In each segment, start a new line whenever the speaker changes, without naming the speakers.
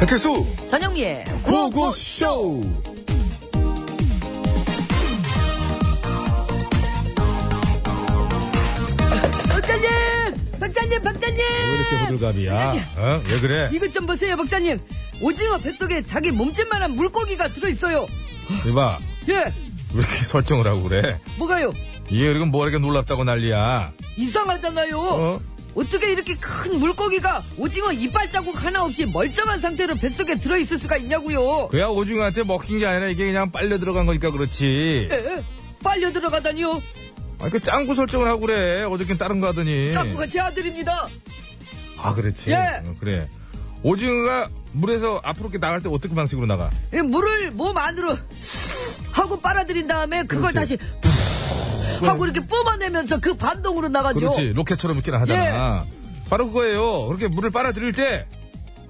배틀수
전영미의
구호구쇼
박사님! 박사님! 박사님!
왜 이렇게 호들갑이야? 어? 왜 그래?
이것 좀 보세요, 박사님. 오징어 뱃속에 자기 몸짓만한 물고기가 들어있어요.
이봐
예,
왜 이렇게 설정을 하고 그래?
뭐가요?
이게 그리고 뭐이게 놀랍다고 난리야
이상하잖아요.
어?
어? 떻게 이렇게 큰 물고기가 오징어 이빨 자국 하나 없이 멀쩡한 상태로 뱃속에 들어있을 수가 있냐고요.
그야 오징어한테 먹힌 게 아니라 이게 그냥 빨려 들어간 거니까 그렇지
예, 빨려 들어가다니요.
아니 그 짱구 설정을 하고 그래 어저께 다른 거 하더니
짱구가 제 아들입니다.
아 그렇지
예.
어, 그래 오징어가 물에서 앞으로 이렇게 나갈 때 어떻게 방식으로 나가?
예, 물을 몸 안으로 하고 빨아들인 다음에 그걸
그렇지.
다시 하고 이렇게 뿜어내면서 그 반동으로 나가죠.
그렇지 로켓처럼 이렇게 나가잖아
예.
바로 그거예요 그렇게 물을 빨아들일 때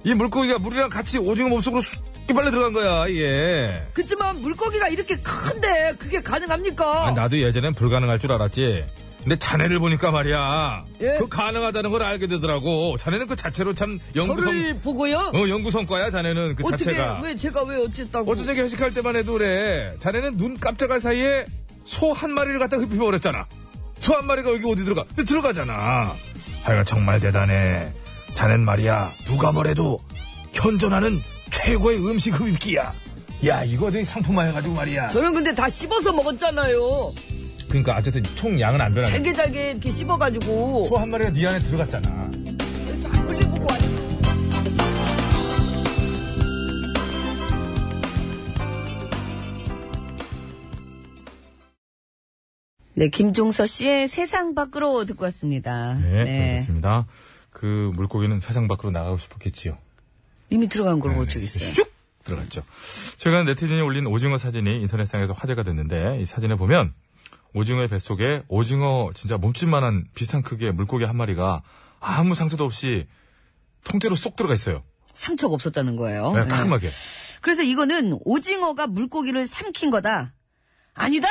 이 물고기가 물이랑 같이 오징어 몸속으로 쑥 이렇게 빨려 들어간 거야 이게
그렇지만 물고기가 이렇게 큰데 그게 가능합니까?
아니, 나도 예전엔 불가능할 줄 알았지. 근데 자네를 보니까 말이야.
예?
그 가능하다는 걸 알게 되더라고. 자네는 그 자체로 참 연구성,
저를 보고요.
어, 연구성과야, 자네는 그
어떻게
자체가.
왜 제가 왜 어쨌다고?
어쩐 얘기 회식할 때만 해도 그래. 자네는 눈 깜짝할 사이에 소 한 마리를 갖다 흡입해버렸잖아. 소 한 마리가 여기 어디 들어가? 근데 들어가잖아. 하여간 정말 대단해. 자넨 말이야. 누가 뭐래도 현존하는 최고의 음식 흡입기야. 야, 이거 내 상품화 해가지고 말이야.
저는 근데 다 씹어서 먹었잖아요.
그러니까 어쨌든 총 양은 안 변하네.
잘게 잘게 이렇게 씹어가지고
소 한 마리가 네 안에 들어갔잖아.
빨리 보고 왔 네, 김종서 씨의 세상 밖으로 듣고 왔습니다.
네, 알겠습니다. 그 물고기는 세상 밖으로 나가고 싶었겠지요.
이미 들어간 걸
네,
어쩌겠어요.
슉 들어갔죠. 최근 네티즌이 올린 오징어 사진이 인터넷상에서 화제가 됐는데 이 사진에 보면 오징어의 뱃속에 오징어 진짜 몸집만한 비슷한 크기의 물고기 한 마리가 아무 상처도 없이 통째로 쏙 들어가 있어요.
상처가 없었다는 거예요.
네,
네.
깔끔하게.
그래서 이거는 오징어가 물고기를 삼킨 거다. 아니다!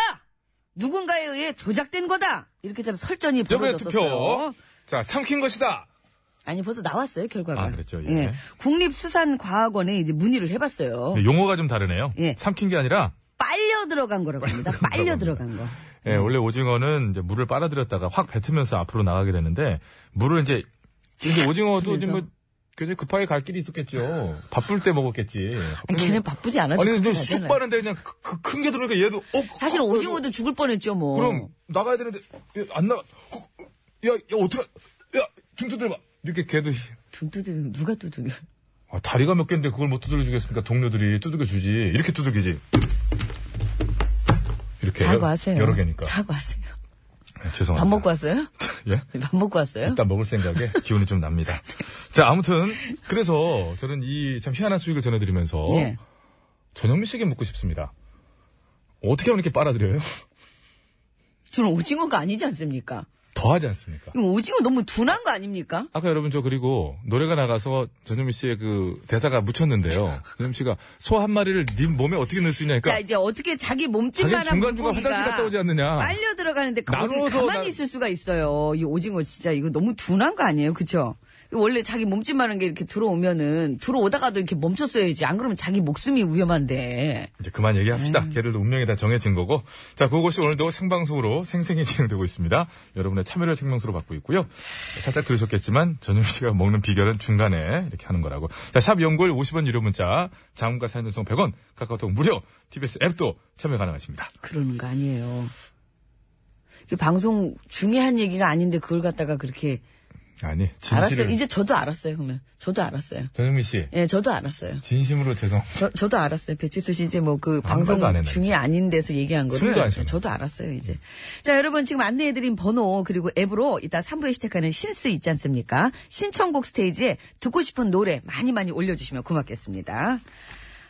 누군가에 의해 조작된 거다! 이렇게 참 설전이
여러분의
벌어졌었어요. 어.
투표. 자, 삼킨 것이다.
아니, 벌써 나왔어요, 결과가.
아, 그랬죠, 예.
국립수산과학원에 이제 문의를 해봤어요.
네, 용어가 좀 다르네요.
예.
삼킨 게 아니라
빨려 들어간 거라고 합니다. 빨려 들어간 거.
예, 원래 오징어는 이제 물을 빨아들였다가 확 뱉으면서 앞으로 나가게 되는데 물을 이제 이제 오징어도 이제 뭐
하면서.
굉장히 급하게 갈 길이 있었겠죠. 바쁠 때 먹었겠지.
아니, 걔는 바쁘지 않아도.
아니 근데
그렇게
쑥
하잖아요.
빠는데 그냥 큰 게 들어오니까 얘도 어
사실
어,
오징어도 죽을 뻔했죠, 뭐.
그럼 나가야 되는데 야, 안 나가. 어, 야, 야 어떡하? 야, 등 두드려 봐. 이렇게 걔도
둥 두드리는, 누가 두드려.
아, 다리가 몇 개인데 그걸 못 두들겨 주겠습니까? 동료들이 두들겨 주지. 이렇게 두들기지. 이렇게
사과하세요.
여러 개니까.
사과하세요.
네, 죄송합니다.
밥 먹고 왔어요?
예?
밥 먹고 왔어요?
일단 먹을 생각에 기운이 좀 납니다. 자, 아무튼 그래서 저는 이 참 희한한 수익을 전해드리면서
예.
전현미 씨에게 묻고 싶습니다. 어떻게 하면 이렇게 빨아들여요?
저는 오징어가 아니지 않습니까?
더 하지 않습니까?
이거 오징어 너무 둔한 거 아닙니까?
아까 여러분 저 그리고 노래가 나가서 전현미 씨의 그 대사가 묻혔는데요. 전현미 씨가 소 한 마리를 네 몸에 어떻게 넣을 수 있냐니까
자, 이제 어떻게 자기
그러니까 자기는
몸집만한
중간중간 화장실 갔다 오지 않느냐.
빨려 들어가는데 거기
나눠서
가만히
나-
있을 수가 있어요. 이 오징어 진짜 이거 너무 둔한 거 아니에요? 그쵸? 원래 자기 몸집만한 게 이렇게 들어오면은 들어오다가도 이렇게 멈췄어야지. 안 그러면 자기 목숨이 위험한데.
이제 그만 얘기합시다.
네.
걔를 운명이 다 정해진 거고. 자, 그것이 오늘도 생방송으로 생생히 진행되고 있습니다. 여러분의 참여를 생명수로 받고 있고요. 살짝 들으셨겠지만 전현미 씨가 먹는 비결은 중간에 이렇게 하는 거라고. 자, 샵 연골 50원 유료 문자, 장문과 사연 전송 100원, 카카오톡 무료, TBS 앱도 참여 가능하십니다.
그러는 거 아니에요. 이게 방송 중에 한 얘기가 아닌데 그걸 갖다가 그렇게
아니, 진실을.
알았어요. 이제 저도 알았어요. 그러면 저도 알았어요.
전현미 씨,
예, 저도 알았어요.
진심으로 죄송.
저, 저도 알았어요. 배치수 씨 이제 뭐 그
아무
방송
말도 안 했네,
중이 아닌 데서 얘기한
숨도 안
거를
쉬네.
저도 알았어요, 이제. 자, 여러분 지금 안내해드린 번호 그리고 앱으로 이따 3부에 시작하는 신스 있지 않습니까? 신청곡 스테이지에 듣고 싶은 노래 많이 많이 올려주시면 고맙겠습니다.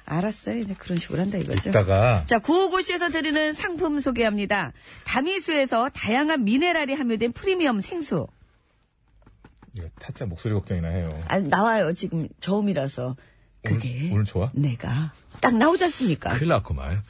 알았어요. 이제 그런 식으로 한다 이거죠.
이따가
자, 구호고시에서 드리는 상품 소개합니다. 다미수에서 다양한 미네랄이 함유된 프리미엄 생수.
이거 타짜 목소리 걱정이나 해요.
아, 나와요. 지금 저음이라서. 그게 네.
오늘, 오늘 좋아?
내가 딱 나오지 않습니까?
큰일 났구만.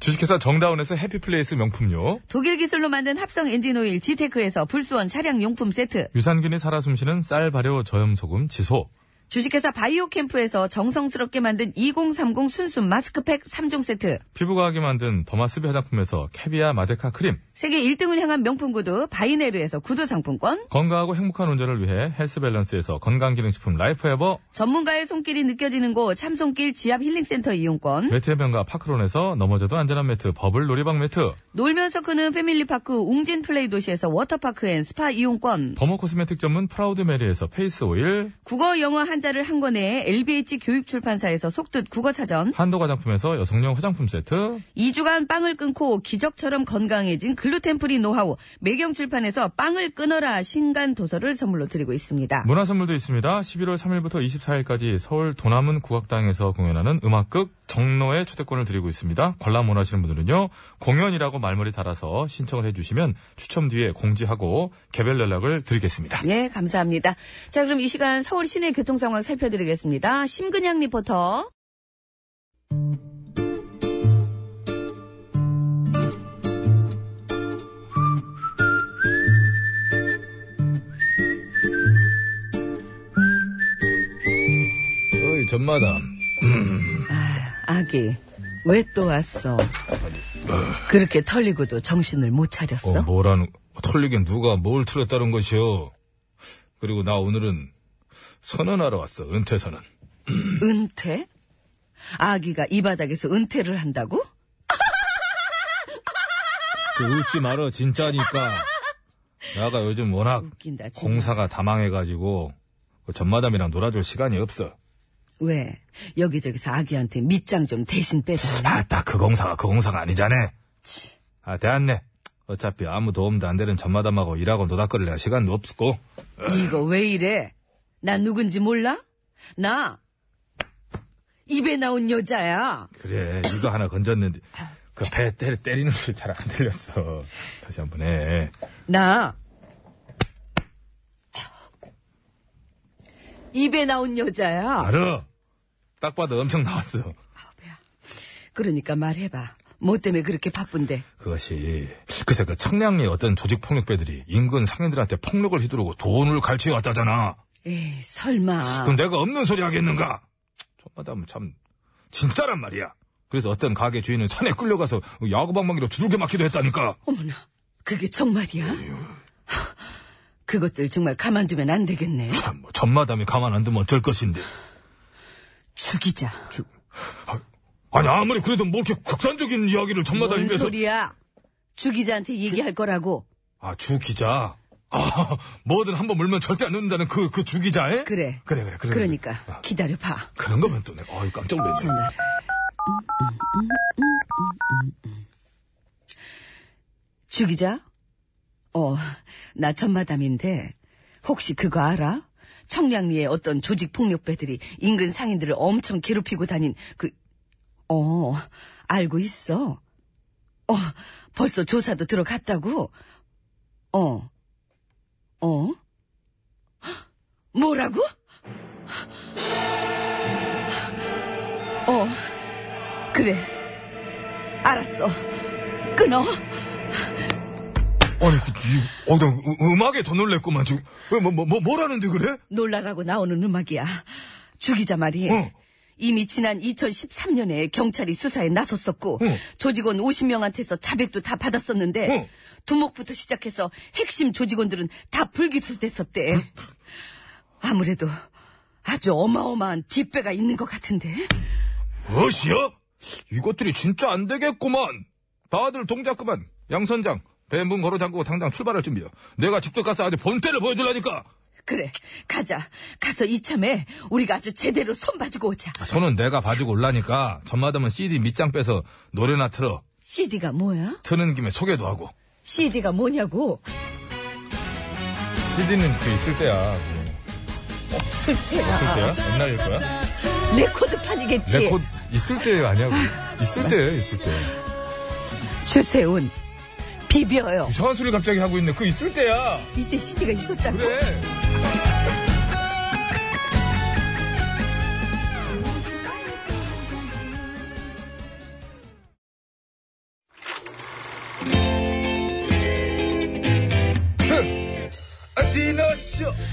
주식회사 정다운에서 해피플레이스 명품료,
독일 기술로 만든 합성 엔진 오일 지테크에서 불수원 차량 용품 세트,
유산균이 살아 숨쉬는 쌀 발효 저염 소금 지소,
주식회사 바이오캠프에서 정성스럽게 만든 2030 순순 마스크팩 3종 세트.
피부과학이 만든 더마스비 화장품에서 캐비아 마데카 크림.
세계 1등을 향한 명품 구두 바이네르에서 구두 상품권.
건강하고 행복한 운전을 위해 헬스 밸런스에서 건강기능식품 라이프에버.
전문가의 손길이 느껴지는 곳 참손길 지압 힐링센터 이용권.
매트의 명가 파크론에서 넘어져도 안전한 매트 버블 놀이방 매트.
놀면서 크는 패밀리파크 웅진 플레이 도시에서 워터파크 앤 스파 이용권.
더모 코스메틱 전문 프라우드 메리에서 페이스 오일.
국어 영어 한자를 한 권에 LBH 교육출판사에서 속뜻 국어사전.
한도 화장품에서 여성용 화장품 세트.
2주간 빵을 끊고 기적처럼 건강해진 글루텐프리 노하우 매경출판에서 빵을 끊어라 신간 도서를 선물로 드리고 있습니다.
문화 선물도 있습니다. 11월 3일부터 24일까지 서울 도남은 국악당에서 공연하는 음악극 정로의 초대권을 드리고 있습니다. 관람 원하시는 분들은요. 공연이라고 말머리 달아서 신청을 해주시면 추첨 뒤에 공지하고 개별 연락을 드리겠습니다.
예, 감사합니다. 자, 그럼 이 시간 서울 시내 교통 상황 살펴드리겠습니다. 심근양 리포터.
어이 전마담.
아기 왜 또 왔어? 그렇게 털리고도 정신을 못 차렸어?
어, 뭐라는 털리긴 누가 뭘 틀렸다는 것이요. 그리고 나 오늘은 선언하러 왔어. 은퇴 선언.
은퇴? 아기가 이 바닥에서 은퇴를 한다고?
웃지 말어 진짜니까. 내가 요즘 워낙
웃긴다, 진짜.
공사가 다 망해가지고 그 전마담이랑 놀아줄 시간이 없어.
왜? 여기저기서 아기한테 밑장 좀 대신 빼달라.
아, 딱 그 공사가 그 공사가 아니잖아. 아, 대안네. 어차피 아무 도움도 안 되는 전마담하고 일하고 노닥거릴 시간도 없고.
이거 왜 이래? 나 누군지 몰라? 나 입에 나온 여자야.
그래, 이거 하나 건졌는데 그 배 때리는 소리 잘 안 들렸어. 다시 한 번 해.
나 입에 나온 여자야.
알어. 딱 봐도 엄청 나왔어.
그러니까 말해봐. 뭐 때문에 그렇게 바쁜데?
그것이 글쎄 그 청량리 어떤 조직 폭력배들이 인근 상인들한테 폭력을 휘두르고 돈을 갈취해 왔다잖아.
에이 설마.
그럼 내가 없는 소리 하겠는가? 전마담은 참 진짜란 말이야. 그래서 어떤 가게 주인은 산에 끌려가서 야구방망이로 두들겨 맞기도 했다니까.
어머나 그게 정말이야? 하, 그것들 정말 가만두면 안 되겠네.
참, 뭐 전마담이 가만 안 두면 어쩔 것인데.
죽이자.
아니 아무리 그래도 뭐 이렇게 극단적인 이야기를 전마담이
뭔
해서
소리야? 주기자한테 얘기할 거라고.
아주 기자. 아, 뭐든 한번 물면 절대 안 늦는다는 그 그 주기자에?
그래.
그래 그래 그래.
그러니까
아,
기다려봐.
그런 거면 또 내가 어이 깜짝 놀랐네.
전화를. 음, 음, 음, 음, 음. 주기자? 어, 나 전마담인데 혹시 그거 알아? 청량리에 어떤 조직 폭력배들이 인근 상인들을 엄청 괴롭히고 다닌 그 어, 알고 있어. 어, 벌써 조사도 들어갔다고. 어. 어? 헉, 뭐라고? 어, 그래. 알았어. 끊어.
아니, 그, 이, 어, 나 음- 음악에 더 놀랬구만, 지금. 왜, 뭐, 뭐, 뭐, 뭐라는데 그래?
놀라라고 나오는 음악이야. 죽이자 말이.
어.
이미 지난 2013년에 경찰이 수사에 나섰었고
어.
조직원 50명한테서 자백도 다 받았었는데
어.
두목부터 시작해서 핵심 조직원들은 다 불기소됐었대. 아무래도 아주 어마어마한 뒷배가 있는 것 같은데.
무엇이요? 이것들이 진짜 안 되겠구만. 다들 동작 그만. 양선장, 배 문 걸어 잠그고 당장 출발할 준비요. 내가 직접 가서 아주 본때를 보여주려니까.
그래 가자 가서 이참에 우리가 아주 제대로 손 봐주고 오자.
손은 내가 봐주고 올라니까 전마담은 CD 밑장 빼서 노래나 틀어.
CD가 뭐야?
트는 김에 소개도 하고.
CD가 뭐냐고?
CD는 그 있을 때야.
없을 때야.
때야? 옛날일 거야?
레코드판이겠지.
있을 때 아니야. 있을 때, 있을 때.
주세훈 비벼요.
이상한 소리 갑자기 하고 있네. 그 있을 때야.
이때 CD가 있었다고.
그래.
디너쇼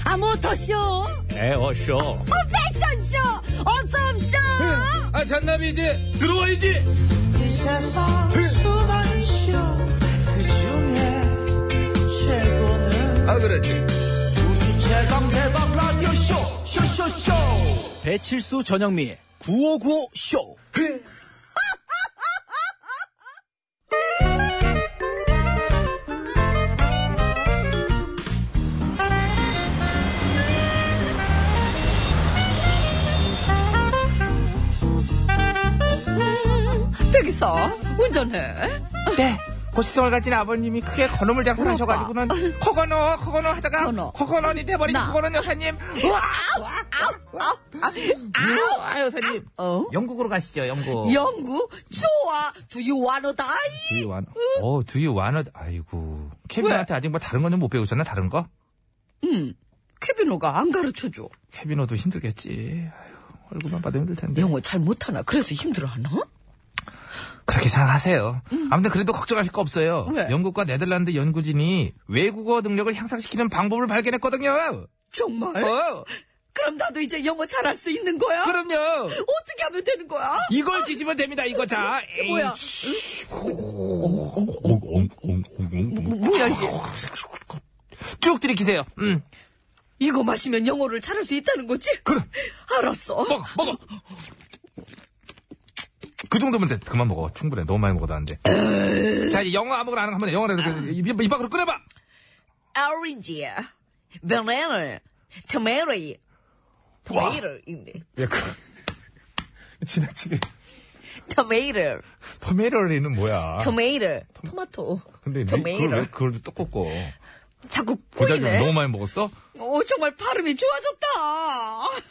아 뭐 더쇼.
아,
에어쇼
아, 뭐
네,
어, 어쩜
아, 잔나비 이제 들어와야지!
이 세상 수많은 쇼그 중에 최고는
아, 그렇지.
우주 최강 대박 라디오 쇼 쇼쇼쇼 배칠수 전영미 9595 쇼.
대기사 운전해.
네. 고시성을 가진 아버님이 크게 건어물 장사를
울었다.
하셔가지고는 코건어 코건어 하다가
건어.
코건언이 돼버린
나. 아.
코건언 여사님 우와 우와, 우와 여사님
어?
영국으로 가시죠 영국
영구 좋아. Do you wanna die?
두유 완어 어 두유 완어 아이고 케빈한테 아직 뭐 다른 건 좀 못 배우셨나 다른 거
응. 케비노가 안 가르쳐줘.
케빈어도 힘들겠지 아유, 얼굴만 봐도 힘들 텐데
영어 잘 못하나? 그래서 힘들어하나?
그렇게 생각하세요. 아무튼 그래도 걱정하실 거 없어요.
음. 왜?
영국과 네덜란드 연구진이 외국어 능력을 향상시키는 방법을 발견했거든요.
정말?
어,
그럼 나도 이제 영어 잘할 수 있는 거야?
그럼요.
어떻게 하면 되는 거야?
이걸 뒤지면 됩니다. 이거 자. 에이, 어,
뭐야?
엉엉엉엉엉.
뭐, 뭐야 이게?
어. 쭉 들이키세요. 음,
이거 마시면 영어를 잘할 수 있다는 거지? 그래. 알았어.
먹어, 먹어.
그 정도면 돼. 그만 먹어. 충분해. 너무 많이 먹어도 안 돼.
자, 이제 영어 아무거나 하는 거 한번 해요. 영어를 해서 그 입, 입 밖으로 꺼내봐.
오렌지, 바나나, 토마토, 토마토인데.
야, 그, 지나치게.
토마토,
토메러리는
아.
뭐야?
토마토, 토마토.
근데 니- 그걸 왜
토마토.
그걸 또 꺾어?
자꾸
그
부작용
보이네.
너무 많이 먹었어?
오 정말 발음이 좋아졌다.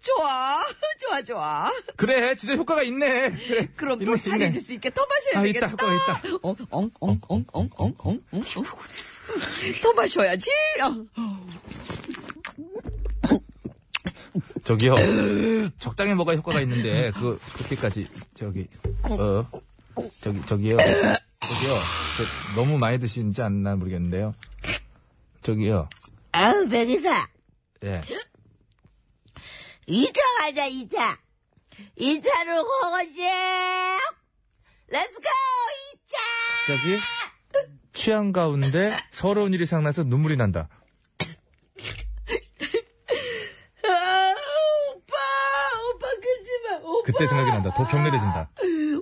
좋아, 좋아, 좋아.
그래, 진짜 효과가 있네. 그래.
그럼 또
있네, 있네.
잘해질 수 있게 더 마셔야
아,
되겠다. 어,
있다, 효과가 있다.
엉엉엉엉엉엉엉. 더 마셔야지. 어.
저기요. 적당히 먹어야 효과가 있는데, 그, 그렇게까지, 저기, 어, 저기, 저기요. 저기요. 저, 너무 많이 드시는지 않나 모르겠는데요. 저기요.
아우, 백이사.
예.
이차 가자, 이차이차로 거거지. 렛츠고, 이차
저기, 취향 가운데 서러운 일이 생각나서 눈물이 난다.
아, 오빠, 오빠 끊지 마. 오빠,
그때 생각이 난다. 더 격렬해진다.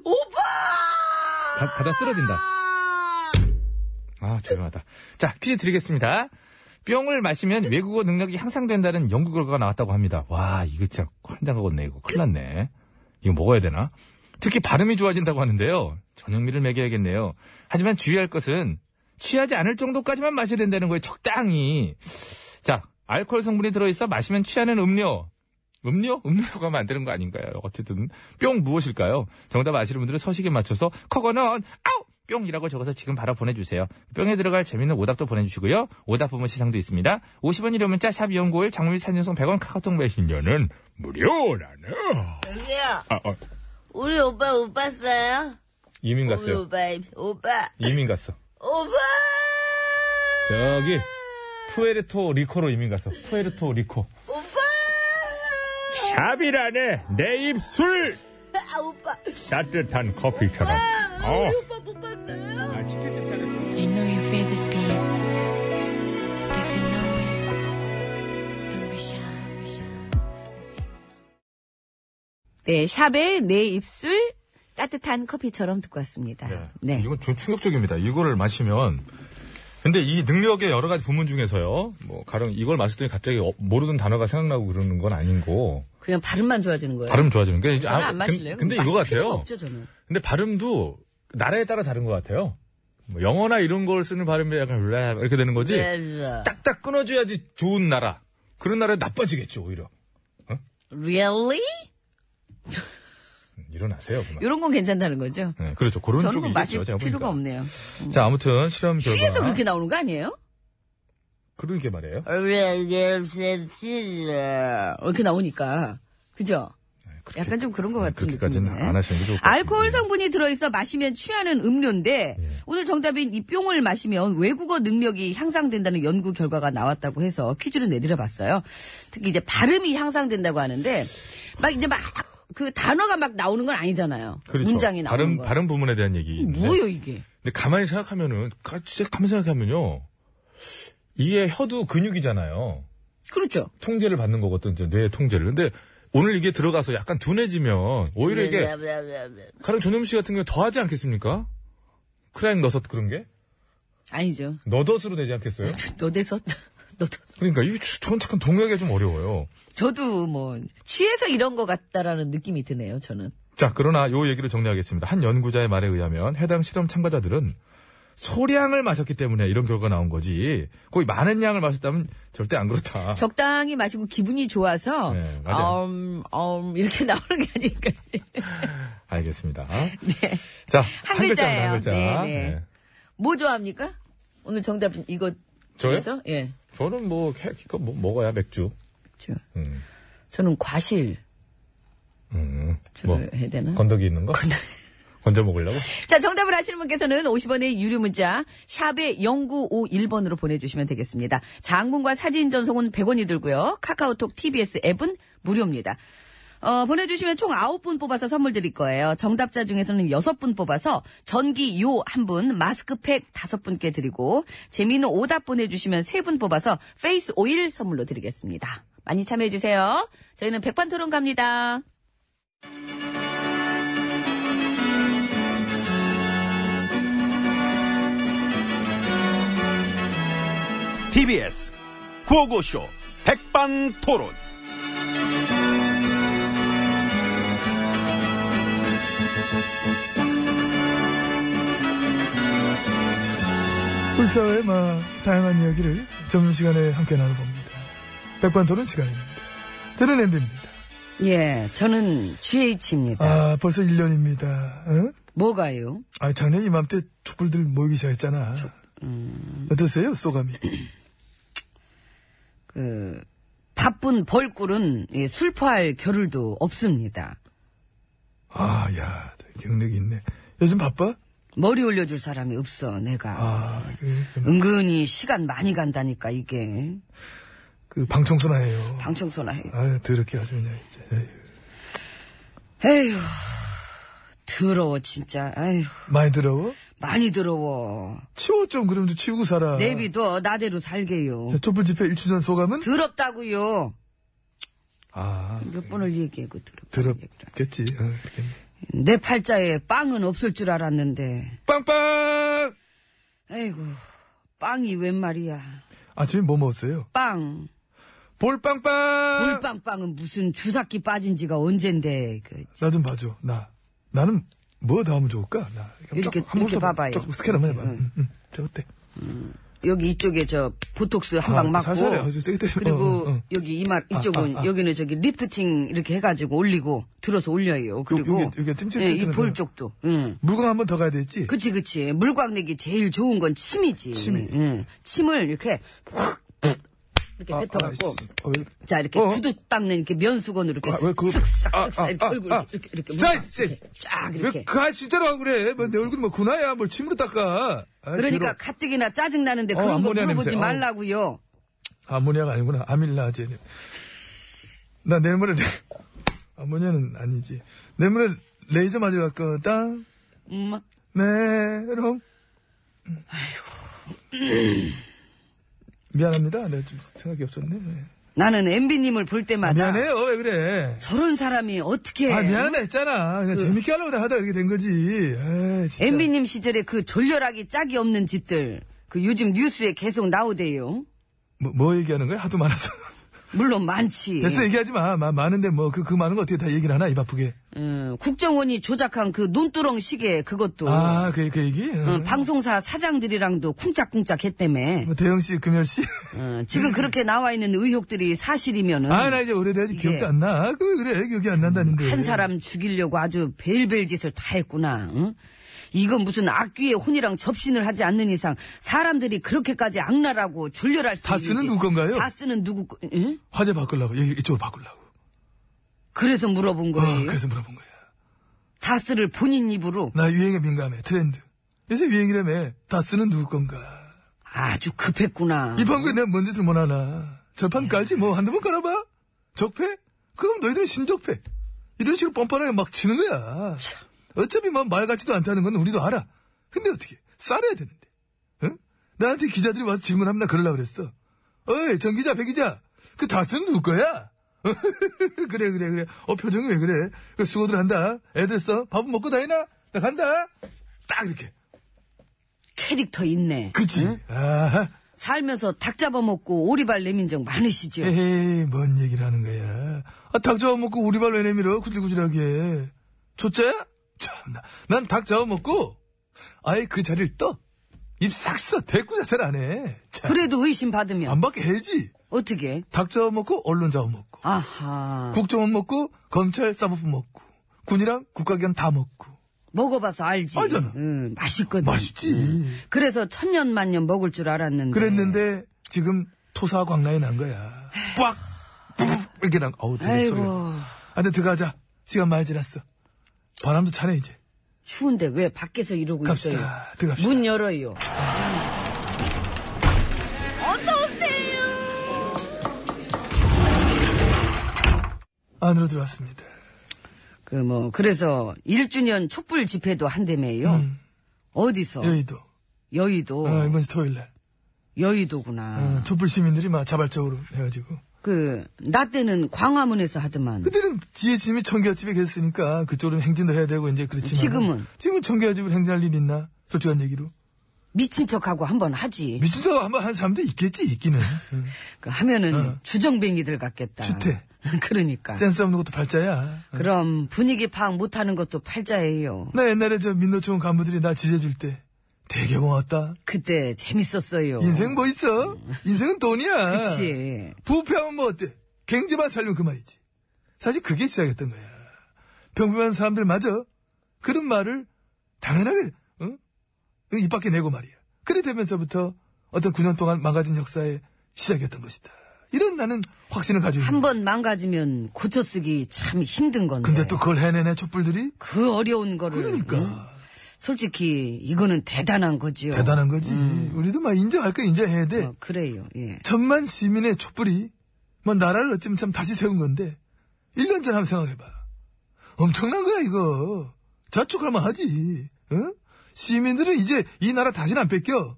오빠.
가, 가다 쓰러진다. 아, 조용하다. 자, 퀴즈 드리겠습니다. 뿅을 마시면 외국어 능력이 향상된다는 연구 결과가 나왔다고 합니다. 와, 이거 진짜 환장하겠네, 이거. 큰일 났네. 이거 먹어야 되나? 특히 발음이 좋아진다고 하는데요. 전영미를 먹여야겠네요. 하지만 주의할 것은 취하지 않을 정도까지만 마셔야 된다는 거예요. 적당히. 자, 알코올 성분이 들어있어 마시면 취하는 음료. 음료? 음료라고 하면 안 되는 거 아닌가요? 어쨌든 뿅 무엇일까요? 정답 아시는 분들은 서식에 맞춰서 커거는 아우 뿅이라고 적어서 지금 바로 보내주세요. 뿅에 들어갈 재밌는 오답도 보내주시고요. 오답 부문 시상도 있습니다. 50원 이료 문자 샵 연구일 장미 산연송 100원 카카오톡 메신저는 무료라네요.
저기요,
아, 어,
우리 오빠 못 봤어요?
이민
우리
그-
갔어요.
오빠, 오빠,
이민 갔어.
오빠!
저기 푸에르토 리코로 이민 갔어. 푸에르토 리코.
오빠!
샵이라네 내 입술
아, 오빠.
따뜻한 커피처럼.
아,
어.
오빠 못 봤어요?
I know you feel this beat. I can know it. Don't be shy, be shy.
네, 샵의 내 입술 따뜻한 커피처럼 듣고 왔습니다.
네.
네.
이건 좀 충격적입니다. 이거를 마시면. 근데 이 능력의 여러 가지 부문 중에서요. 뭐 가령 이걸 마시더니 갑자기 어- 모르던 단어가 생각나고 그러는 건 아니고
그냥 발음만 좋아지는 거예요.
발음 좋아지는 게 이제
저는
아,
안 마실래요?
근, 데
마실
이거
필요가
같아요.
없죠, 저는.
근데 발음도 나라에 따라 다른 것 같아요. 뭐 영어나 이런 걸 쓰는 발음이 약간 랩 이렇게 되는 거지.
네.
딱딱 끊어줘야지 좋은 나라. 그런 나라에 나빠지겠죠 오히려.
Really?
음, 일어나세요 그만.
이런 건 괜찮다는 거죠?
네, 그렇죠. 그런
저런 건뭐
쪽이
마실
있죠. 제가
필요가
보니까.
없네요.
자 아무튼 실험
그래서
결과.
그렇게 나오는 거 아니에요?
그러게 말이에요.
우리 애기 없었지.
네,
이렇게 나오니까. 어, 그죠?
그렇게-
약간 좀 그런 것 같은
그렇게까지는
느낌이네.
안 하시는 게 좋을 것 같아요.
알코올 성분이 들어있어 마시면 취하는 음료인데
예.
오늘 정답인 이 뿅을 마시면 외국어 능력이 향상된다는 연구 결과가 나왔다고 해서 퀴즈를 내드려봤어요. 특히 이제 발음이 향상된다고 하는데 막 이제 막 그 단어가 막 나오는 건 아니잖아요.
그렇죠. 네.
문장이 나오는
다른
거.
다른 부분에 대한 얘기.
뭐예요 이게?
근데 가만히 생각하면은 가- 진짜 가만히 생각하면요. 이게 혀도 근육이잖아요.
그렇죠.
통제를 받는 거거든, 이제 뇌의 통제를. 근데 오늘 이게 들어가서 약간 둔해지면 오히려
예,
이게 가령 전현무 씨 같은 경우 더 하지 않겠습니까? 크라잉 너섯 그런 게
아니죠.
너덧으로 되지 않겠어요?
너대서 너도
그러니까 이게 저- 저건 잠깐 동의하기가 좀 어려워요.
저도 뭐 취해서 이런 것 같다라는 느낌이 드네요. 저는.
자, 그러나 요 얘기를 정리하겠습니다. 한 연구자의 말에 의하면 해당 실험 참가자들은 소량을 마셨기 때문에 이런 결과가 나온 거지. 거의 많은 양을 마셨다면 절대 안 그렇다.
적당히 마시고 기분이 좋아서
네, 맞아요.
음, 음, 이렇게 나오는 게 아닐까.
알겠습니다. 자,
네.
한
한
글자입니다.
글자예요.
한 글자.
네, 네. 뭐 좋아합니까? 오늘 정답 이거
저요?
중에서 예.
저는 뭐, 해- 기껏 뭐 먹어야 맥주.
저,
음,
저는 과실
음,
저거
뭐,
해야 되나?
건더기 있는 거? 건져 먹으려고?
자, 정답을 아시는 분께서는 50원의 유료 문자 샵에 0951번으로 보내 주시면 되겠습니다. 장문과 사진 전송은 100원이 들고요. 카카오톡 TBS 앱은 무료입니다. 어, 보내주시면 총 9분 뽑아서 선물 드릴 거예요. 정답자 중에서는 6분 뽑아서 전기 요 1분, 마스크팩 5분께 드리고, 재미있는 오답 보내주시면 3분 뽑아서 페이스 오일 선물로 드리겠습니다. 많이 참여해주세요. 저희는 백반 토론 갑니다.
TBS 구호고쇼 백반토론.
우리 사회의 막 다양한 이야기를 점심시간에 함께 나눠봅니다. 백반토론 시간입니다. 저는 엠비입니다.
예, 저는 GH입니다.
아, 벌써 1년입니다. 어?
뭐가요?
아, 작년 이맘때 촛불들 모이기 시작했잖아. 어떠세요, 소감이?
그 바쁜 벌꿀은 예, 술포할 겨를도 없습니다.
아, 야, 경력이 있네. 요즘 바빠?
머리 올려줄 사람이 없어 내가
아, 그,
은근히 시간 많이 간다니까 이게
그 방청소나 해요.
방청소나 해.
아, 더럽게 아주 그냥, 진짜. 에휴,
에휴 더러워 진짜. 에휴
많이 더러워?
많이 더러워.
치워 좀, 그럼 좀 치우고 살아.
내비둬 나대로 살게요.
자, 촛불 집회 1주년 소감은?
더럽다고요.
아,
몇 번을 얘기해 그 더럽.
더럽겠지. 어, 그렇겠네.
내 팔자에 빵은 없을 줄 알았는데.
빵빵!
에이구 빵이 웬 말이야.
아침에 뭐 먹었어요?
빵.
볼빵빵!
물빵빵은 무슨 주삭기 빠진 지가 언젠데 그
나 좀 봐줘. 나. 나는 뭐 다음은 좋을까? 나.
이렇게,
조금, 한번
이렇게
더 봐.
봐봐요.
조금 스캔 한번 해봐.
이렇게,
응, 응. 저 어때?
여기 이쪽에 저 보톡스 한
아,
방 맞고
살살해. 아주 세게 때리면-
그리고
어, 어, 어.
여기 이마 이쪽은
아, 아.
여기는 저기 리프팅 이렇게 해가지고 올리고 들어서 올려요. 그리고
여기, 여기 찜찜찜찜
예, 이볼
하잖아.
쪽도. 응.
물건 한번 더 가야 되겠지?
그치 그치 물광내기 제일 좋은 건 침이지.
침이.
응. 침을 이렇게 확 이렇게
아,
뱉어갖고
아이씨. 어, 왜-
자 이렇게
어?
구두 닦는 이렇게 면수건으로 이렇게
아, 왜 그거- 아,
쓱싹쓱싹
아,
이렇게
아,
얼굴
아.
이렇게 이렇게
자,
물광
이제.
이렇게 쫙 이렇게
왜그 아이 진짜로 하고 그래? 뭐내 얼굴 뭐 군화야? 뭘 침으로 닦아? 아,
그러니까
괴로워.
가뜩이나 짜증나는데
어,
그런 거
암모니아
물어보지
냄새. 어.
말라고요.
아모니아가 아니구나. 아밀라제는. 나 내일 모레 레... 아모니아는 아니지. 내일 모레 레이저 맞으러 갈 거다.
음,
메롱. 미안합니다. 내가 좀 생각이 없었네. 네.
나는 엠비님을 볼 때마다
아, 미안해요. 왜 그래?
저런 사람이 어떻게
아, 미안하다 했잖아. 그냥 재밌게 하려고 내가 하다 이렇게 된 거지. 에이, 진짜.
엠비님 시절에 그 졸렬하기 짝이 없는 짓들 그 요즘 뉴스에 계속 나오대요.
뭐, 뭐 얘기하는 거야? 하도 많아서.
물론 많지.
됐어, 얘기하지 마. 마- 많은데 뭐, 그, 그 많은 거 어떻게 다 얘기를 하나? 입 아프게.
음, 국정원이 조작한 그 논두렁 시계 그것도
아, 그, 그 얘기? 어.
어, 방송사 사장들이랑도 쿵짝쿵짝 했다며.
뭐 대영 씨, 금열 씨.
어, 지금 그렇게 나와 있는 의혹들이 사실이면은
아, 나 이제 오래돼야지
이게-
기억도 안 나. 아, 그, 그래. 기억이 안 난다는데.
예. 한 사람 죽이려고 아주 벨벨 짓을 다 했구나. 응? 이건 무슨 악귀의 혼이랑 접신을 하지 않는 이상 사람들이 그렇게까지 악랄하고 졸렬할 수
다스는
있는지.
누구 건가요?
다쓰는 누구 거- 응?
화제 바꾸려고. 얘기 이쪽으로 바꾸려고.
그래서 물어본
어,
거예요.
그래서 물어본 거야.
다스를 본인 입으로
나 유행에 민감해. 트렌드. 요새 유행이라며. 다스는 누구 건가?
아주 급했구나.
이 판국에 내가 뭔 짓을 못하나. 절판 깔지 뭐 한두 번 깔아봐. 적폐? 그럼 너희들은 신적폐. 이런 식으로 뻔뻔하게 막 치는 거야. 어차피 뭐 말 같지도 않다는 건 우리도 알아. 근데 어떻게 싸려야 되는데. 응? 나한테 기자들이 와서 질문하면 나 그러려고 그랬어. 어이 전 기자 배 기자 그 다스는 누구 거야? 그래 그래 그래. 어 표정이 왜 그래? 그 수고들 한다. 애들 써. 밥은 먹고 다니나? 나 간다. 딱 이렇게.
캐릭터 있네.
그치? 아하.
살면서 닭 잡아먹고 오리발 내민 적
예,
많으시죠?
에이, 뭔 얘기를 하는 거야. 아, 닭 잡아먹고 우리 발 왜 내밀어? 구질구질하게. 초짜야? 참나. 난 닭 잡아먹고, 아예 그 자리를 떠. 입 싹 써. 대꾸 자체를 안 해. 참,
그래도 의심 받으면
안 받게 해야지.
어떻게?
닭 잡아먹고, 언론 잡아먹고.
아하.
국정원 먹고, 검찰 사법부 먹고. 군이랑 국가기관 다 먹고.
먹어봐서 알지.
알잖아.
응, 맛있거든.
맛있지.
그래서 천년 만년 먹을 줄 알았는데.
그랬는데, 지금 토사 광란이 난 거야. 빡! 이렇게 난, 어우, 되게 소리가.
아이고
아, 근데 들어가자. 시간 많이 지났어. 바람도 차네, 이제.
추운데 왜 밖에서 이러고
갑시다.
있어요?
들어갑시다.
문 열어요.
안으로 들어왔습니다.
그 뭐 그래서 1주년 촛불 집회도 한다며요.
음.
어디서?
여의도.
여의... 도
어, 이번 주 토요일 날.
여의도구나.
어, 촛불 시민들이 막 자발적으로 해가지고.
그 나 때는 광화문에서 하더만.
그때는 지혜진이 청계화집에 계셨으니까 그쪽으로 행진도 해야 되고 이제 그렇지만.
지금은?
지금은 청계화집을 행진할 일 있나? 솔직한 얘기로.
미친 척하고 한번 하지.
미친 사람 한번 한 사람도 있겠지, 있기는. 어. 응.
그 하면은 주정뱅이들 같겠다.
어. 주태.
그러니까.
센스 없는 것도 발자야.
그럼 분위기 파악 못하는 것도 팔자예요.
나 옛날에 저 민노총 간부들이 나 지지해줄 때 되게 고마웠다.
그때 재밌었어요. 음.
인생 뭐 있어? 인생은 돈이야.
그치.
부패하면 뭐 어때? 갱제만 살면 그만이지. 사실 그게 시작했던 거야. 평범한 사람들 마저 그런 말을 당연하게 응? 입 밖에 내고 말이야. 그래 되면서부터 어떤 9년 동안 망가진 역사의 시작이었던 것이다. 이런 나는 확신을 가지고 있는
한 번 망가지면 고쳐쓰기 참 힘든 건데.
근데 또 그걸 해내네 촛불들이?
그 어려운 거를.
그러니까
음, 솔직히 이거는 대단한 거지요.
대단한 거지. 우리도 막 인정할 거 인정해야 돼.
네. 음. 어, 그래요. 예.
천만 시민의 촛불이 뭐 나라를 어쩌면 참 다시 세운 건데 1년 전 한번 생각해봐 엄청난 거야 이거 자축할 만하지 응? 시민들은 이제 이 나라 다시는 안 뺏겨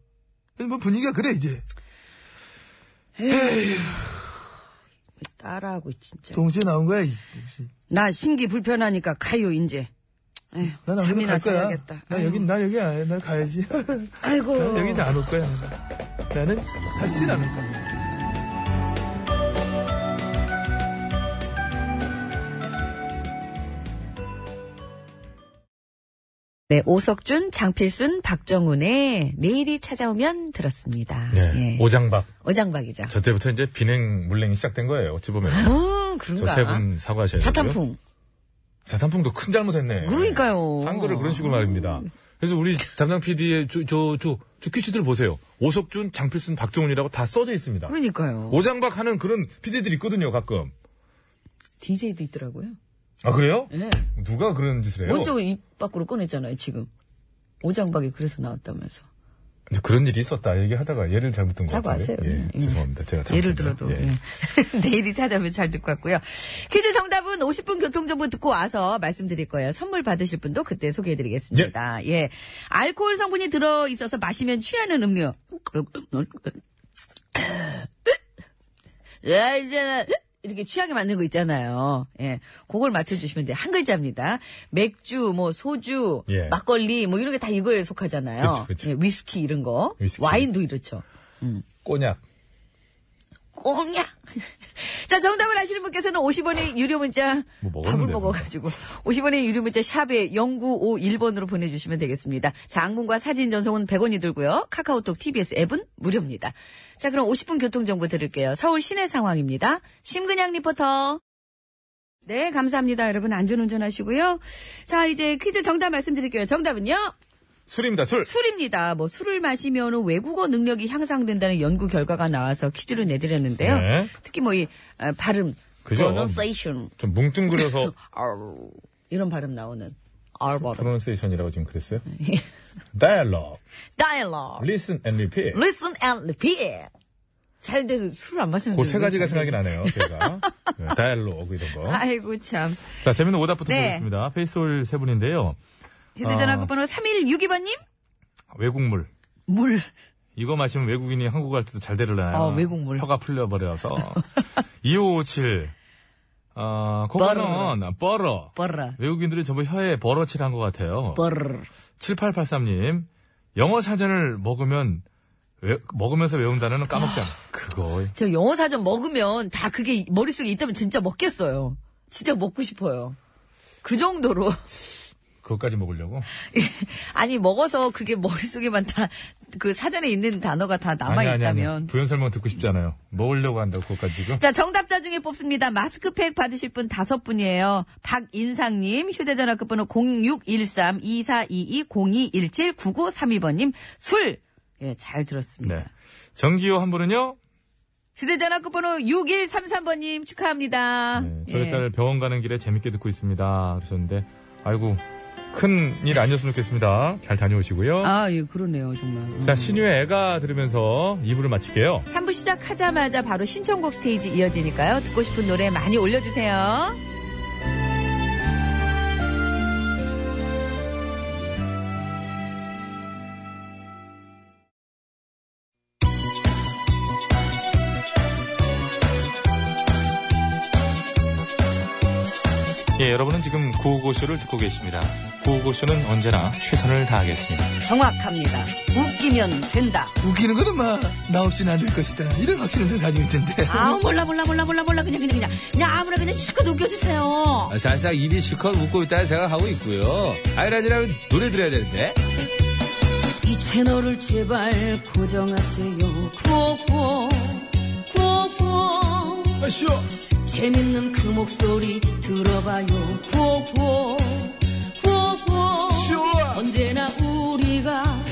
뭐 분위기가 그래 이제
따라하고 진짜.
동시에 나온 거야 이-
나 심기 불편하니까 가요 이제. 에휴,
난안 음. 그래도
잠이나
갈 거야
자야겠다.
나
아유.
여기 나 여기 안- 나 가야지
아이고.
여기는 안 올 거야 나는 다시는 안올 거야
네, 오석준, 장필순, 박정훈의 내일이 찾아오면 들었습니다.
네.
예.
오장박.
오장박이죠.
저 때부터 이제 비냉 물냉이 시작된 거예요. 어찌 보면.
어,
저
그런가.
세 분 사과하셔야 되고요.
사탄풍.
사탄풍도 큰 잘못했네.
그러니까요.
한글을 그런 식으로 말입니다. 그래서 우리 담당 PD의 저, 저, 저, 저 퀴즈들 보세요. 오석준, 장필순, 박종훈이라고 다 써져 있습니다.
그러니까요.
오장박 하는 그런 PD들이 있거든요, 가끔.
DJ도 있더라고요.
아, 그래요?
예.
누가 그런 짓을 해요?
먼저 입 밖으로 꺼냈잖아요, 지금. 오장박이 그래서 나왔다면서.
이제 그런 일이 있었다 얘기하다가 예를 잘못 든것 같아요.
사과하세요.
예,
예.
죄송합니다. 제가 잘못
예를
든요.
들어도.
예.
예. 내일이 찾아오면 잘 듣고 왔고요. 퀴즈 정답은 50분 교통정보 듣고 와서 말씀드릴 거예요. 선물 받으실 분도 그때 소개해드리겠습니다. 예. 알코올 성분이 들어있어서 마시면 취하는 음료. 야, 이제 이렇게 취하게 만드는 거 있잖아요. 예. 그걸 맞춰주시면 돼요. 한 글자입니다. 맥주, 뭐, 소주,
예.
막걸리, 뭐, 이런 게 다 이거에
그쵸,
속하잖아요.
그쵸.
예, 위스키 이런 거.
위스키.
와인도 이렇죠.
꼬냑.
꼬냐? 자, 정답을 아시는 분께서는 50원의 유료 문자
뭐 먹었는데,
밥을
뭐.
먹어가지고 50원의 유료 문자 샵에 0951번으로 보내주시면 되겠습니다. 장문과 사진 전송은 100원이 들고요. 카카오톡 TBS 앱은 무료입니다. 자, 그럼 50분 교통정보 드릴게요. 서울 시내 상황입니다. 심근양 리포터. 네, 감사합니다. 여러분 안전운전 하시고요. 자, 이제 퀴즈 정답 말씀드릴게요. 정답은요.
술입니다, 술.
술입니다. 뭐 술을 마시면 외국어 능력이 향상된다는 연구 결과가 나와서 퀴즈를 내드렸는데요.
네.
특히 뭐 이 발음
그죠? 어.
pronunciation.
좀 뭉뚱그려서
아우, 이런 발음 나오는. R 발음.
pronunciation이라고 지금 그랬어요?
예.
dialogue,
dialogue.
listen and repeat.
listen and repeat. 잘 돼. 술을 안 마시는데.
그 세
왜
가지가
잘
생각이 나네요, 제가. 네, dialogue 이런
돼?
거.
아이고, 참.
자, 재밌는 오답부터
네.
보겠습니다. 페이솔 세 분인데요.
휴대전화
아.
끝번호 3162번님?
외국물.
물.
이거 마시면 외국인이 한국 갈 때도 잘 되려나요?
어, 외국물.
혀가 풀려버려서. 2557. 어, 그거는 버러.
버라.
외국인들이 전부 혀에 버러칠한 것 같아요.
버르.
7883님. 영어 사전을 먹으면, 외- 먹으면서 외운 단어는 까먹지 않아. 그거.
저 영어 사전 먹으면 다 그게 머릿속에 있다면 진짜 먹겠어요. 진짜 먹고 싶어요. 그 정도로.
그것까지 먹으려고?
아니, 먹어서 그게 머릿속에만 다, 그 사전에 있는 단어가 다 남아있다면.
부연 설명 듣고 싶지 않아요. 먹으려고 한다고, 그것까지 지금.
자, 정답자 중에 뽑습니다. 마스크팩 받으실 분 다섯 분이에요. 박인상님, 휴대전화 끝번호 0613-2422-0217-9932번님, 술! 예, 잘 들었습니다.
네. 정기호 한 분은요,
휴대전화 끝번호 6133번님 축하합니다.
네, 저희
예.
딸 병원 가는 길에 재밌게 듣고 있습니다. 그러셨는데, 아이고, 큰 일 아니었으면 좋겠습니다. 잘 다녀오시고요.
아, 예, 그러네요, 정말.
자, 신유의 애가 들으면서 2부를 마칠게요.
3부 시작하자마자 바로 신청곡 스테이지 이어지니까요. 듣고 싶은 노래 많이 올려주세요.
예, 여러분은 지금 구호고쇼를 듣고 계십니다. 구호고쇼는 언제나 최선을 다하겠습니다.
정확합니다. 웃기면 된다.
웃기는 거는 막 나 없이는 안 될 것이다. 이런 확신을 가지고 있던데.
아 몰라 몰라 몰라 몰라 몰라 그냥 그냥 그냥 그냥 아무나 그냥 실컷 웃겨주세요.
아, 살짝 입이 실컷 웃고 있다는 생각하고 있고요. 아이라지라면 노래 들어야 되는데.
이 채널을 제발 고정하세요. 구호 구호 구호 구호. 재밌는 그 목소리 들어봐요. 구호 구호 구호 구호. 언제나 우리가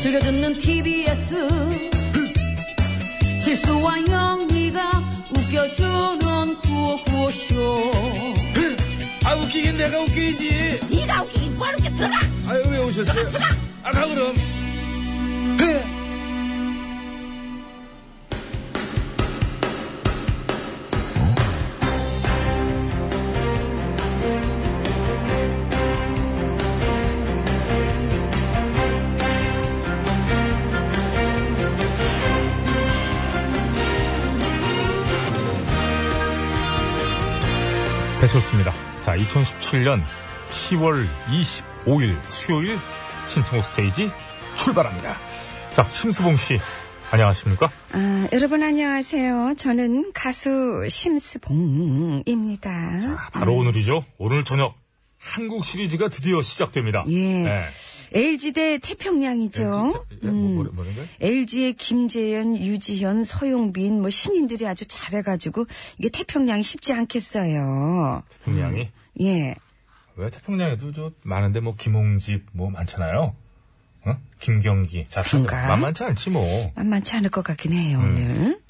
즐겨 듣는 TBS 실수와 영리가 웃겨주는 구호 구호 쇼.
아, 웃기긴 내가 웃기지.
네가 웃기긴 뭘 웃겨 들어가
아유, 왜 오셨어요? 아, 가, 그럼.
배쳤습니다. 자, 2017년 10월 25일 수요일 신청곡 스테이지 출발합니다. 자, 심수봉 씨, 안녕하십니까?
아, 여러분 안녕하세요. 저는 가수 심스봉입니다.
아, 바로 오늘이죠. 오늘 저녁 한국 시리즈가 드디어 시작됩니다. 네.
예. LG 대 태평양이죠.
예, 뭐, 뭐, 뭐라고요?
LG의 김재현, 유지현, 서용빈 뭐 신인들이 아주 잘해가지고 이게 태평양이 쉽지 않겠어요.
태평양이.
예.
왜 태평양에도 저 많은데 뭐 김홍집 뭐 많잖아요. 응? 김경기. 자,
그런가?
만만치 않지 뭐.
만만치 않을 것 같긴 해요
네.
오늘.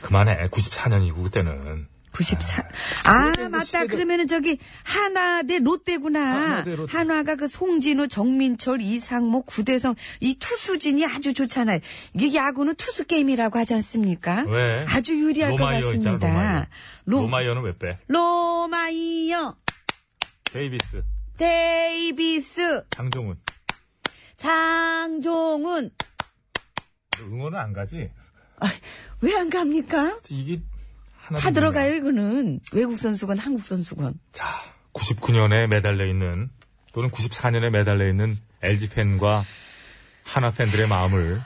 그만해. 94년이고 그때는.
94. 아,
그때 그
맞다.
시대가-
그러면은 저기 한화 대 롯데구나.
한화 대 아, 롯데.
한화가 그 송진우, 정민철, 이상모, 구대성 이 투수진이 아주 좋잖아요. 이게 야구는 투수 게임이라고 하지 않습니까?
왜?
아주 유리할 것
로마이어 있잖아, 로마이어.
같습니다. 로-
로마이어는 왜 빼?
로마이어,
데이비스,
데이비스,
장종훈.
장종훈.
응원은 안 가지?
왜 안 갑니까?
이게 하나
다 들어가요, 이거는. 외국 선수건 한국 선수건.
자, 99년에 매달려 있는 또는 94년에 매달려 있는 LG 팬과 하나 팬들의 마음을